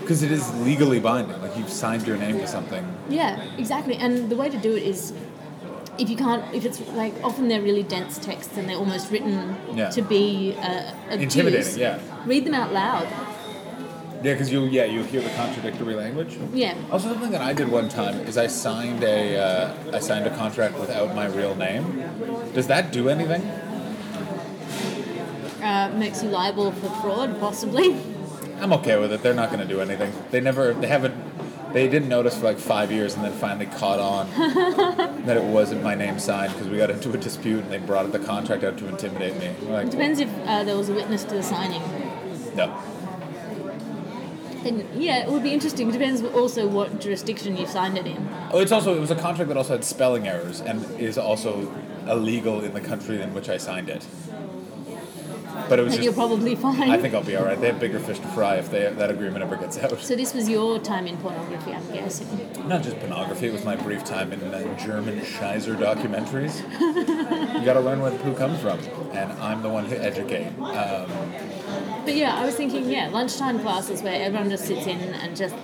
B: Because it is legally binding. Like you've signed your name to something.
A: Yeah, exactly. And the way to do it is if you can't, if it's like often they're really dense texts and they're almost written
B: Yeah.
A: to be uh, obtuse,
B: Intimidating, yeah.
A: Read them out loud.
B: Yeah, because you'll yeah you'll hear the contradictory language.
A: Yeah.
B: Also, something that I did one time is I signed a uh, I signed a contract without my real name. Does that do anything?
A: Uh, makes you liable for fraud, possibly.
B: I'm okay with it. They're not going to do anything. They never they haven't they didn't notice for like five years and then finally caught on that it wasn't my name signed because we got into a dispute and they brought the contract out to intimidate me. We're like
A: Depends if uh, there was a witness to the signing.
B: no.
A: Then, yeah, it would be interesting. Depends also what jurisdiction you signed it in.
B: Oh, it's also it was a contract that also had spelling errors and is also illegal in the country in which I signed it. But it was
A: Like,
B: just,
A: you're probably fine.
B: I think I'll be all right. They have bigger fish to fry if they, that agreement ever gets out.
A: so this was your time in pornography, I'm guessing.
B: Not just pornography, it was my brief time in uh, German Scheiser documentaries. you gotta learn where the poo comes from, and I'm the one who educate. Um,
A: But yeah, I was thinking, yeah, lunchtime classes where everyone just sits in and just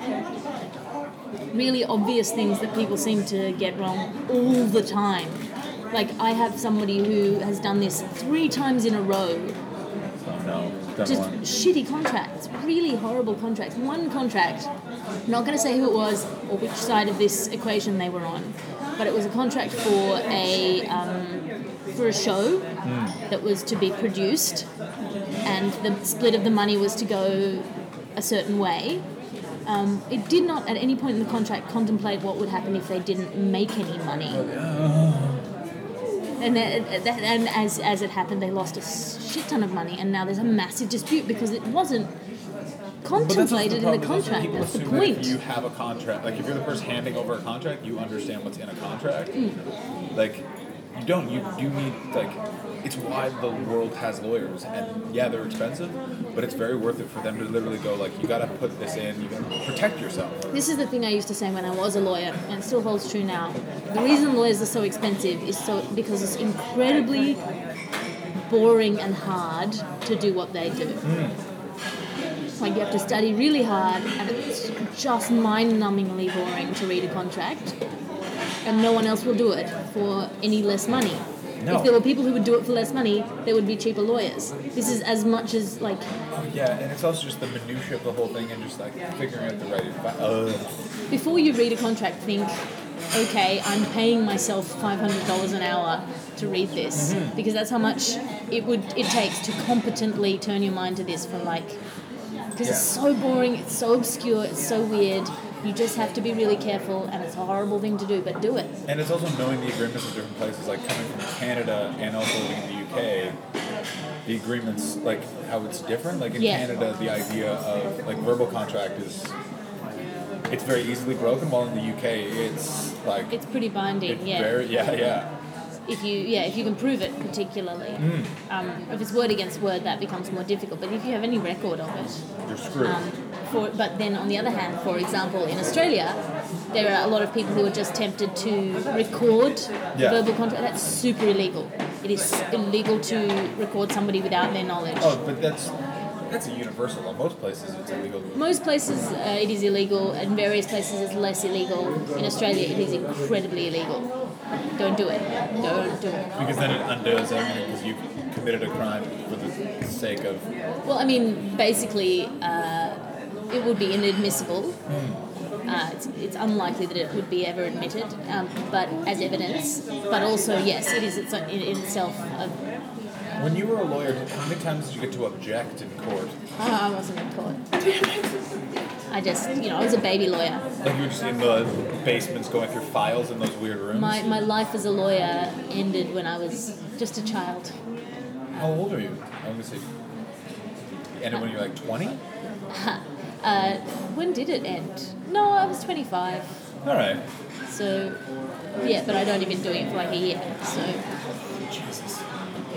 A: really obvious things that people seem to get wrong all the time. Like I have somebody who has done this three times in a row.
B: oh no, done
A: Just
B: one.
A: shitty contracts, really horrible contracts. One contract, I'm not going to say who it was or which side of this equation they were on, but it was a contract for a um, for a show that was to be produced and the split of the money was to go a certain way. Um, it did not at any point in the contract contemplate what would happen if they didn't make any money. And, that, that- and as, as it happened, they lost a shit ton of money, and now there's a massive dispute because it wasn't
B: But that's
A: contemplated in the
B: problem is
A: contract.
B: people
A: That's the
B: assume that
A: point.
B: If you have a contract, like if you're the person handing over a contract, you understand what's in a contract.
A: Mm.
B: Like, you don't. You you need like. It's why the world has lawyers, and yeah, they're expensive, but it's very worth it for them to literally go like, you gotta put this in, you gotta protect yourself.
A: This is the thing I used to say when I was a lawyer, and it still holds true now. The reason lawyers are so expensive is so because it's incredibly boring and hard to do what they do. Like you have to study really hard, and it's just mind-numbingly boring to read a contract, and no one else will do it for any less money.
B: No.
A: If there were people who would do it for less money, there would be cheaper lawyers. This is as much as like
B: Yeah, and it's also just the minutia of the whole thing and just like figuring out the right advice.
A: before you read a contract, think, okay, I'm paying myself five hundred dollars an hour to read this
B: Mm-hmm.
A: because that's how much it would it takes to competently turn your mind to this from like because it's
B: Yeah.
A: so boring, it's so obscure, it's so weird. You just have to be really careful, and it's a horrible thing to do, but do it.
B: and it's also knowing the agreements of different places, like coming from Canada and also living in the UK. The agreements, like how it's different. Like in
A: Yeah.
B: Canada, the idea of like verbal contract is it's very easily broken, while in the UK, it's like
A: It's pretty binding,
B: it's
A: yeah.
B: very yeah yeah.
A: if you yeah if you can prove it particularly
B: Mm.
A: um, if it's word against word that becomes more difficult but if you have any record of it
B: You're screwed.
A: um, for, but then on the other hand for example in australia there are a lot of people who are just tempted to record
B: Yeah.
A: verbal contract that's super illegal it is illegal to record somebody without their knowledge
B: oh, but that's that's a universal. In most places, it's illegal.
A: most places uh, it is illegal and various places it's less illegal in australia it is incredibly illegal don't do it don't do it
B: Because then it undoes everything because you've committed a crime for the sake of
A: Well, I mean, basically, uh, it would be inadmissible. Uh, it's, it's unlikely that it would be ever admitted, um, but as evidence. But also, yes, it is its, in, in itself. A,
B: When you were a lawyer, how many times did you get to object in court?
A: oh, I wasn't in court. I just, you know, I was a baby lawyer.
B: Like you were just in the basements going through files in those weird rooms.
A: My, my life as a lawyer ended when I was just a child.
B: how old are you? I'm gonna say. And when you're like 20? All
A: Uh, when did it end? No, I was 25.
B: right.
A: So, yeah, but I'd only been doing it for like a year. So,
B: Jesus.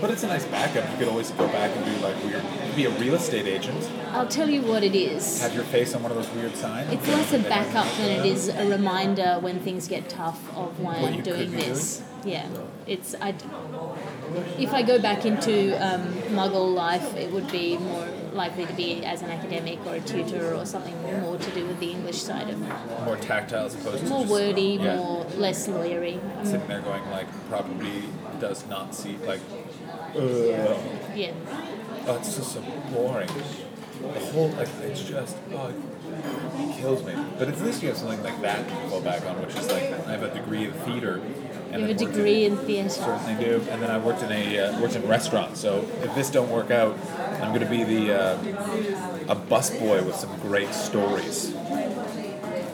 B: But it's a nice backup. You could always go back and do like weird. Be a real estate agent.
A: I'll tell you what it is.
B: Have your face on one of those weird signs.
A: It's less a backup than it is a reminder when things get tough of why
B: What
A: I'm
B: you could
A: doing
B: be
A: this. Yeah, it's I. If I go back into um, Muggle life, it would be more likely to be as an academic or a tutor or something more to do with the English side of it.
B: More tactile as opposed to
A: More
B: just,
A: wordy,
B: yeah,
A: more less lawyery. Um,
B: Sitting there going like probably does not see like. Ugh.
A: yeah,
B: Oh, it's just so boring. The whole, like, it's just, oh, it kills me. But at least you have something like that to go back on, which is like, I have a degree in theater. And
A: you have a
B: then worked
A: degree in
B: I
A: theatre.
B: certainly do. And then I worked in a uh, worked in restaurants. So if this don't work out, I'm going to be the uh, a busboy with some great stories.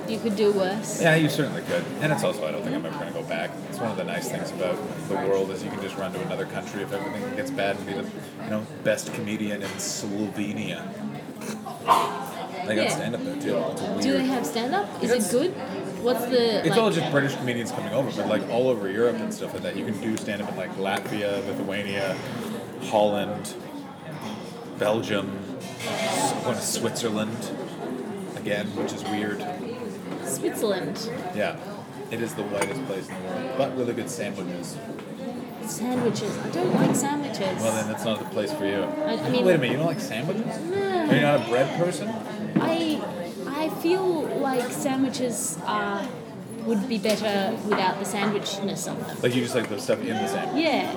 A: You could do worse.
B: Yeah, you certainly could. And it's also, I don't think I'm ever going to go back. It's one of the nice things about the world is you can just run to another country if everything gets bad and be the, you know, best comedian in Slovenia. They got
A: Yeah.
B: stand up there too. It's weird.
A: Do they have stand up? Is
B: Yes.
A: it good? What's the
B: it's
A: like,
B: all just British comedians coming over, but like all over Europe and stuff like that. You can do stand up in like Latvia, Lithuania, Holland, Belgium, going to Switzerland again, which is weird.
A: Switzerland.
B: Yeah, it is the whitest place in the world, but really good sandwiches.
A: Sandwiches. I don't like sandwiches.
B: Well, then that's not the place for you.
A: I, I mean,
B: Wait a minute, you don't like sandwiches? Are you not a bread person?
A: I I feel like sandwiches are would be better without the sandwichness of them.
B: Like you just like the stuff in the sandwich.
A: Yeah,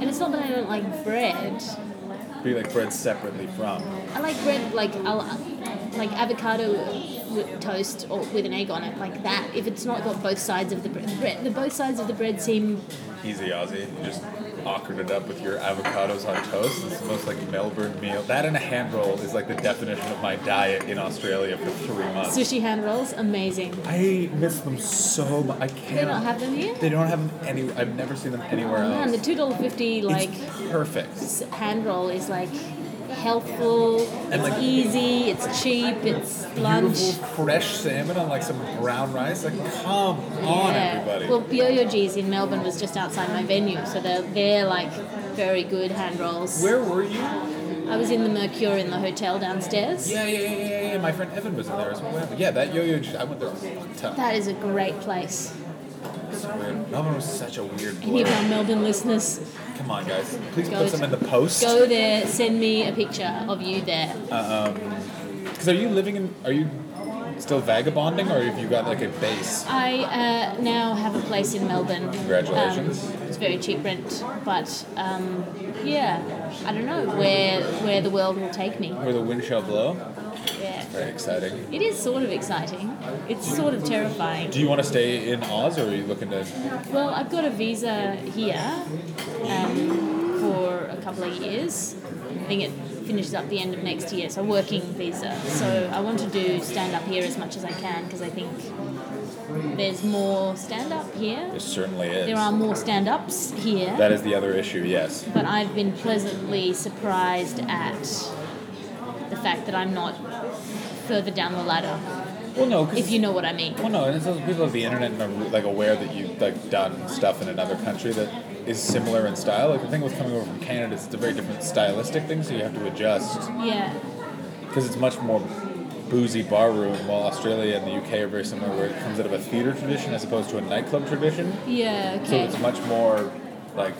A: and it's not that I don't like bread.
B: But you like bread separately from.
A: I like bread like I'll, like avocado with toast or with an egg on it like that. If it's not got both sides of the bread, bread the both sides of the bread seem
B: Easy Aussie. You just awkward it up with your avocados on toast. It's the most like Melbourne meal. That and a hand roll is like the definition of my diet in Australia for three months.
A: sushi hand rolls amazing.
B: I miss them so much. I can't.
A: They don't have them here. Oh,
B: They don't have them any. I've never seen them anywhere
A: Man, the
B: else.
A: two dollar fifty like
B: it's perfect.
A: s- hand roll is like healthful. It's
B: like-
A: easy. It's cheap. It's lunch.
B: Beautiful fresh salmon on like some brown rice. Like, come on, everybody.
A: Well, Byoyogi's in Melbourne was just outside my venue, so they're, they're like very good hand rolls.
B: Where were you?
A: I was in the Mercure in the hotel downstairs.
B: Yeah, yeah, yeah, yeah, yeah. My friend Evan was in there as well. What happened? Yeah, that yo-yo. j- I went there a long time.
A: That is a great place.
B: It's weird. Melbourne was such a weird
A: Any of
B: blur.
A: our Melbourne listeners,
B: Come on, guys. Please
A: Go
B: put some in the post.
A: go there, send me a picture of you there.
B: Because are you living in? Are you still vagabonding, or have you got like a base?
A: I uh, now have a place in Melbourne.
B: Congratulations.
A: Um, it's very cheap rent, but um, yeah, I don't know where where the world will take me.
B: Where the wind shall blow.
A: Yeah.
B: Very exciting.
A: It is sort of exciting. It's sort of terrifying.
B: Do you want to stay in Oz, or are you looking to?
A: Well, I've got a visa here um, for a couple of years. I think it finishes up the end of next year, so working visa. So I want to do stand up here as much as I can because I think there's more stand up here.
B: There certainly is.
A: There are more stand ups here.
B: That is the other issue. Yes.
A: but I've been pleasantly surprised at the fact that I'm not further down the ladder,
B: Well, no. 'cause-
A: if you know what I mean.
B: Well, no, and it's also people of the internet are like aware that you've like done stuff in another country that is similar in style. Like the thing with coming over from Canada is it's a very different stylistic thing, so you have to adjust
A: Yeah.
B: because it's much more boozy bar room. While Australia and the UK are very similar, where it comes out of a theater tradition as opposed to a nightclub tradition.
A: Yeah,
B: So
A: okay.
B: it's much more like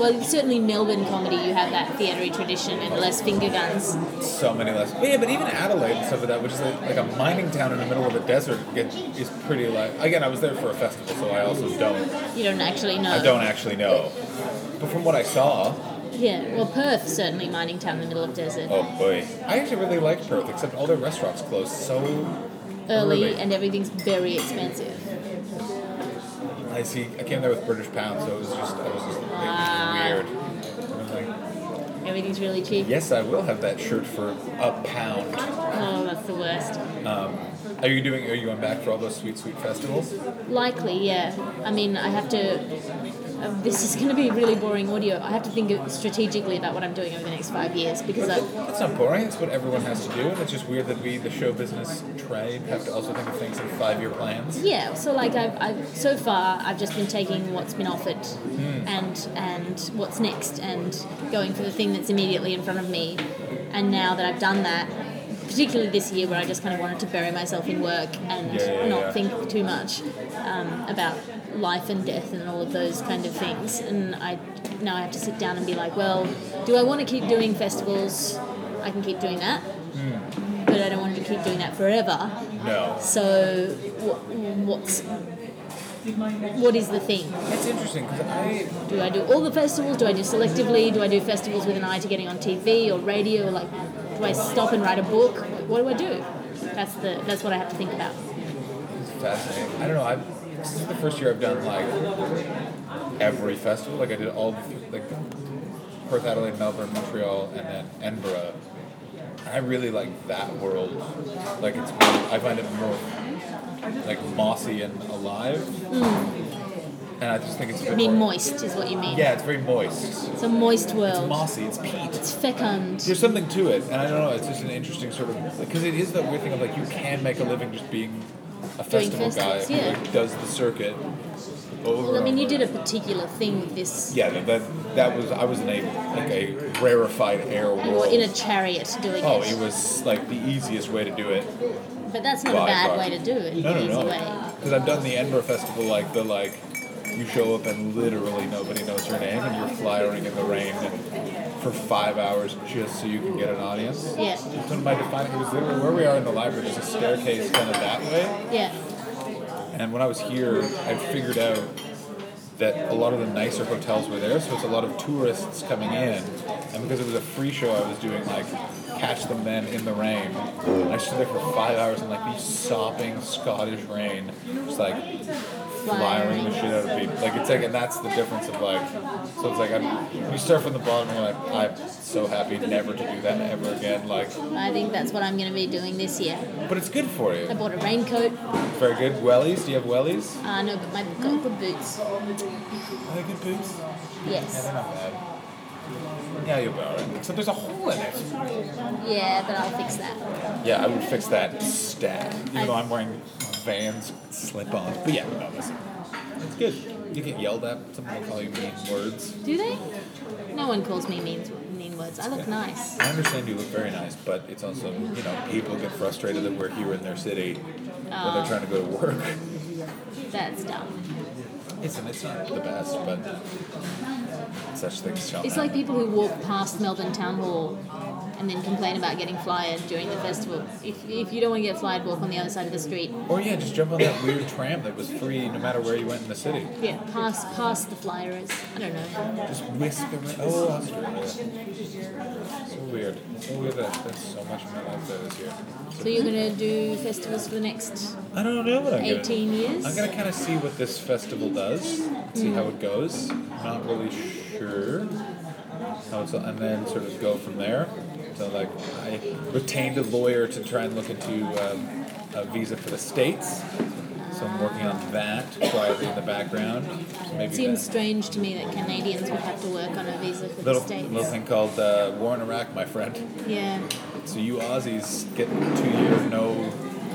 A: Well, certainly Melbourne comedy, you have that theatre tradition and less finger guns.
B: so many less. Yeah, but even Adelaide and stuff like that, which is like, like a mining town in the middle of a desert, get, is pretty like. Again, I was there for a festival, so I also don't.
A: You don't actually know.
B: I don't actually know. But from what I saw,
A: Yeah, well, Perth, certainly mining town in the middle of desert.
B: oh boy, I actually really like Perth, except all their restaurants close so
A: Early,
B: early.
A: and everything's very expensive.
B: I see. I came there with British pounds, so it was just, I was just, it was
A: Ah.
B: weird. I was like,
A: Everything's really cheap.
B: yes, I will have that shirt for a pound.
A: Oh, that's the worst.
B: Are you doing? Are you going back for all those sweet, sweet festivals?
A: Likely, yeah. I mean, I have to. Uh, this is going to be really boring audio. I have to think of- strategically about what I'm doing over the next five years because I,
B: That's not boring. It's what everyone has to do, and it's just weird that we, the show business trade, have to also think of things in five-year plans.
A: Yeah, so like I've, I've so far I've just been taking what's been offered
B: Hmm.
A: and and what's next and going for the thing that's immediately in front of me. And now that I've done that, particularly this year where I just kind of wanted to bury myself in work and
B: Yeah, yeah,
A: not
B: yeah.
A: think too much um, about life and death and all of those kind of things. And I now I have to sit down and be like, well, do I want to keep doing festivals? I can keep doing that.
B: Hmm.
A: But I don't want to keep doing that forever.
B: No.
A: So, what, what's what is the thing?
B: It's interesting because I
A: Do I do all the festivals? Do I do selectively? Do I do festivals with an eye to getting on TV or radio? Like, do I stop and write a book? What do I do? That's the that's what I have to think about.
B: fascinating. I don't know. I've, this is the first year I've done like every festival. Like I did all the, like Perth, Adelaide, Melbourne, Montreal, and then Edinburgh. And I really like that world. Like it's more, I find it more like mossy and alive. And I just think it's a bit
A: Being
B: more-
A: moist is what you mean.
B: Yeah, it's very moist.
A: It's a moist
B: It's
A: world.
B: mossy. It's peat.
A: It's fecund.
B: There's something to it, and I don't know. It's just an interesting sort of because it is that weird thing of like you can make a living just being a festival guy
A: festivals,
B: who
A: yeah.
B: like, does the circuit. Over
A: Well, I mean,
B: and
A: you
B: over.
A: did a particular thing this.
B: Yeah, that, that that was I was in a like a rarefied air world.
A: You were in a chariot doing
B: oh,
A: it.
B: it was like the easiest way to do it.
A: but that's not a
B: by
A: bad
B: far.
A: way to do it.
B: No, no,
A: It's a
B: no.
A: way.
B: Because I've done the Edinburgh Festival, like the like, you show up and literally nobody knows your name, and you're flyering in the rain for five hours just so you can get an audience.
A: Yeah.
B: So my defining it was literally where we are in the library. There's a staircase kind of that way,
A: Yeah.
B: and when I was here, I figured out that a lot of the nicer hotels were there, so it's a lot of tourists coming in. And because it was a free show, I was doing like catch them then in the rain. And I stood there for five hours in like the sopping Scottish rain, just like flying the shit out of people. Like it's like, and that's the difference of like, so it's like I'm, you start from the bottom, and you're like, I'm so happy never to do that ever again. Like,
A: I think that's what I'm going to be doing this year.
B: but it's good for
A: I
B: you.
A: bought a raincoat.
B: Very good. Wellies? Do you have wellies?
A: Uh, no, but my got good boots.
B: Are they good boots?
A: Yes.
B: They're not bad. Yeah, you'll be alright. Except there's a hole in it.
A: Yeah, but I'll fix that.
B: Yeah, I would fix that stat. Even
A: I-
B: though I'm wearing Vans slip-ons. But yeah, no, listen. It's good. You get yelled at. Someone will call you mean words.
A: Do they? No one calls me mean, mean words. I look nice.
B: I understand you look very nice, but it's also, you know, people get frustrated that we're here in their city when
A: Oh.
B: they're trying to go to work.
A: That's dumb.
B: It's, it's not the best, but such things shall
A: It's like
B: happen.
A: people who walk past Melbourne Town Hall and then complain about getting fired during the festival. If, if you don't want to get fired, walk on the other side of the street.
B: Or yeah, just jump on that weird tram that was free no matter where you went in the city.
A: Yeah, past past the flyers. I don't know.
B: Just whisk away. Oh, Australia. So weird. So weird that there's so much of my life that is here.
A: So you're gonna do festivals for the next
B: I don't know what I'm gonna-
A: 18 years?
B: I'm gonna kind of see what this festival does, see how it goes. Not really sure how it's, and then sort of go from there. So like, I retained a lawyer to try and look into um, a visa for the states. So I'm working on that quietly in the background. So maybe
A: Seems
B: that-
A: strange to me that Canadians would have to work on a visa for
B: little
A: the states.
B: little thing called uh, war in Iraq, my friend.
A: Yeah,
B: So you Aussies get two year no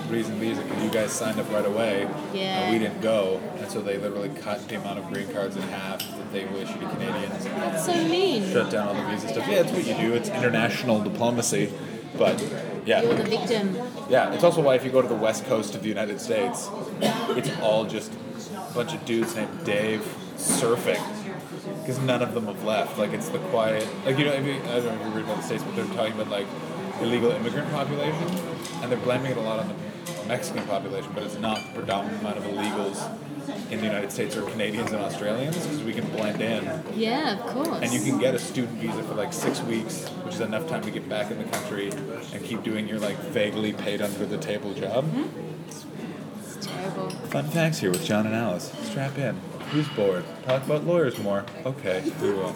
B: reason visa because you guys signed up right away.
A: Yeah.
B: And we didn't go, and so they literally cut the amount of green cards in half that they will issue to Canadians.
A: that's so mean.
B: Shut down all the visa stuff. Yeah, it's what you do. It's international diplomacy, but
A: You're
B: yeah,
A: the victim.
B: yeah. It's also why if you go to the west coast of the United States, it's all just a bunch of dudes named Dave surfing. Because none of them have left. Like it's the quiet. Like you know, if you, I don't know if you read about the states, but they're talking about like illegal immigrant population, and they're blaming it a lot on the Mexican population, but it's not the predominant amount of illegals in the United States or Canadians and Australians because we can blend in.
A: Yeah, of course.
B: And you can get a student visa for like six weeks, which is enough time to get back in the country and keep doing your like vaguely paid under the table job.
A: Mm-hmm. It's terrible.
B: Fun facts here with John and Alice. Strap in. Who's bored? Talk about lawyers more. Okay, we will.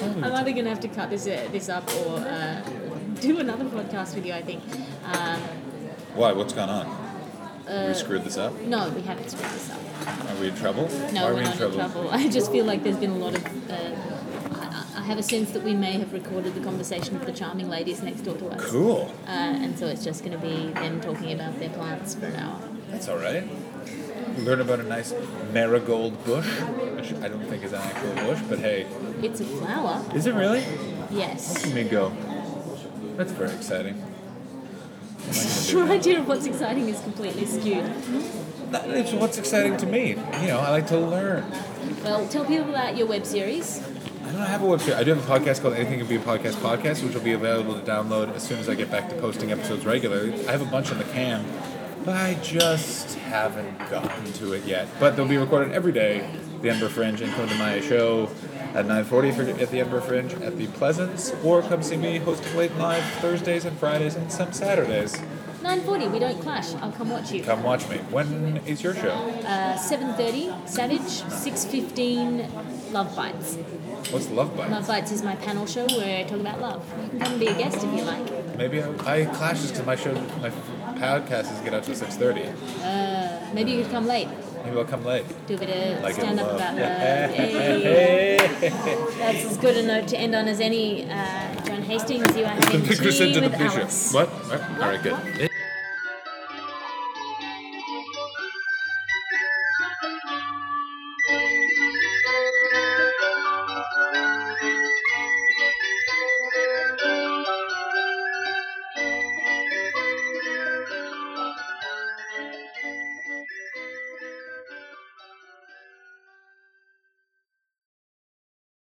A: I'm either gonna have to cut this uh, this up or uh, do another podcast with you. I think. Um,
B: Why? What's gone on?
A: Uh,
B: we screwed this up.
A: no, we haven't screwed this up.
B: Are we in trouble?
A: No,
B: Why are
A: we're
B: we
A: not
B: in trouble?
A: in trouble. I just feel like there's been a lot of. Uh, I, I I have a sense that we may have recorded the conversation of the charming ladies next door to us.
B: Cool.
A: Uh, and so it's just going to be them talking about their plants for an hour.
B: That's all right. We learned about a nice marigold bush, which I don't think is an actual bush, but hey,
A: It's a flower.
B: is it really?
A: Yes.
B: Let me go. That's very exciting.
A: Your idea of what's exciting is completely skewed.
B: That- It's what's exciting to me. You know, I like to learn.
A: Well, tell people about your web series.
B: I don't have a website. I do have a podcast called Anything Can Be a Podcast Podcast, which will be available to download as soon as I get back to posting episodes regularly. I have a bunch in the can, but I just haven't gotten to it yet. But they'll be recorded every day. The Edinburgh Fringe and come to my show at 9:40 for- at the Edinburgh Fringe at the Pleasance, or come see me hosting late live Thursdays and Fridays and some Saturdays.
A: 9:40. We don't clash. I'll come watch you.
B: Come watch me. When is your show?
A: Uh, 7:30. Savage. 6:15. Love bites.
B: What's Love Bite?
A: Love bites is my panel show where I talk about love. You can come and be a guest if you like.
B: Maybe I, I clash this because my show, my podcast is get out till 6:30.
A: Maybe you could come late.
B: Maybe I'll come late.
A: Do a bit of
B: Like in
A: stand up
B: love.
A: about love. Yay. That's as good a note to end on as any. Uh, John Hastings, you are having tea with Alice.
B: What? What? All right, good.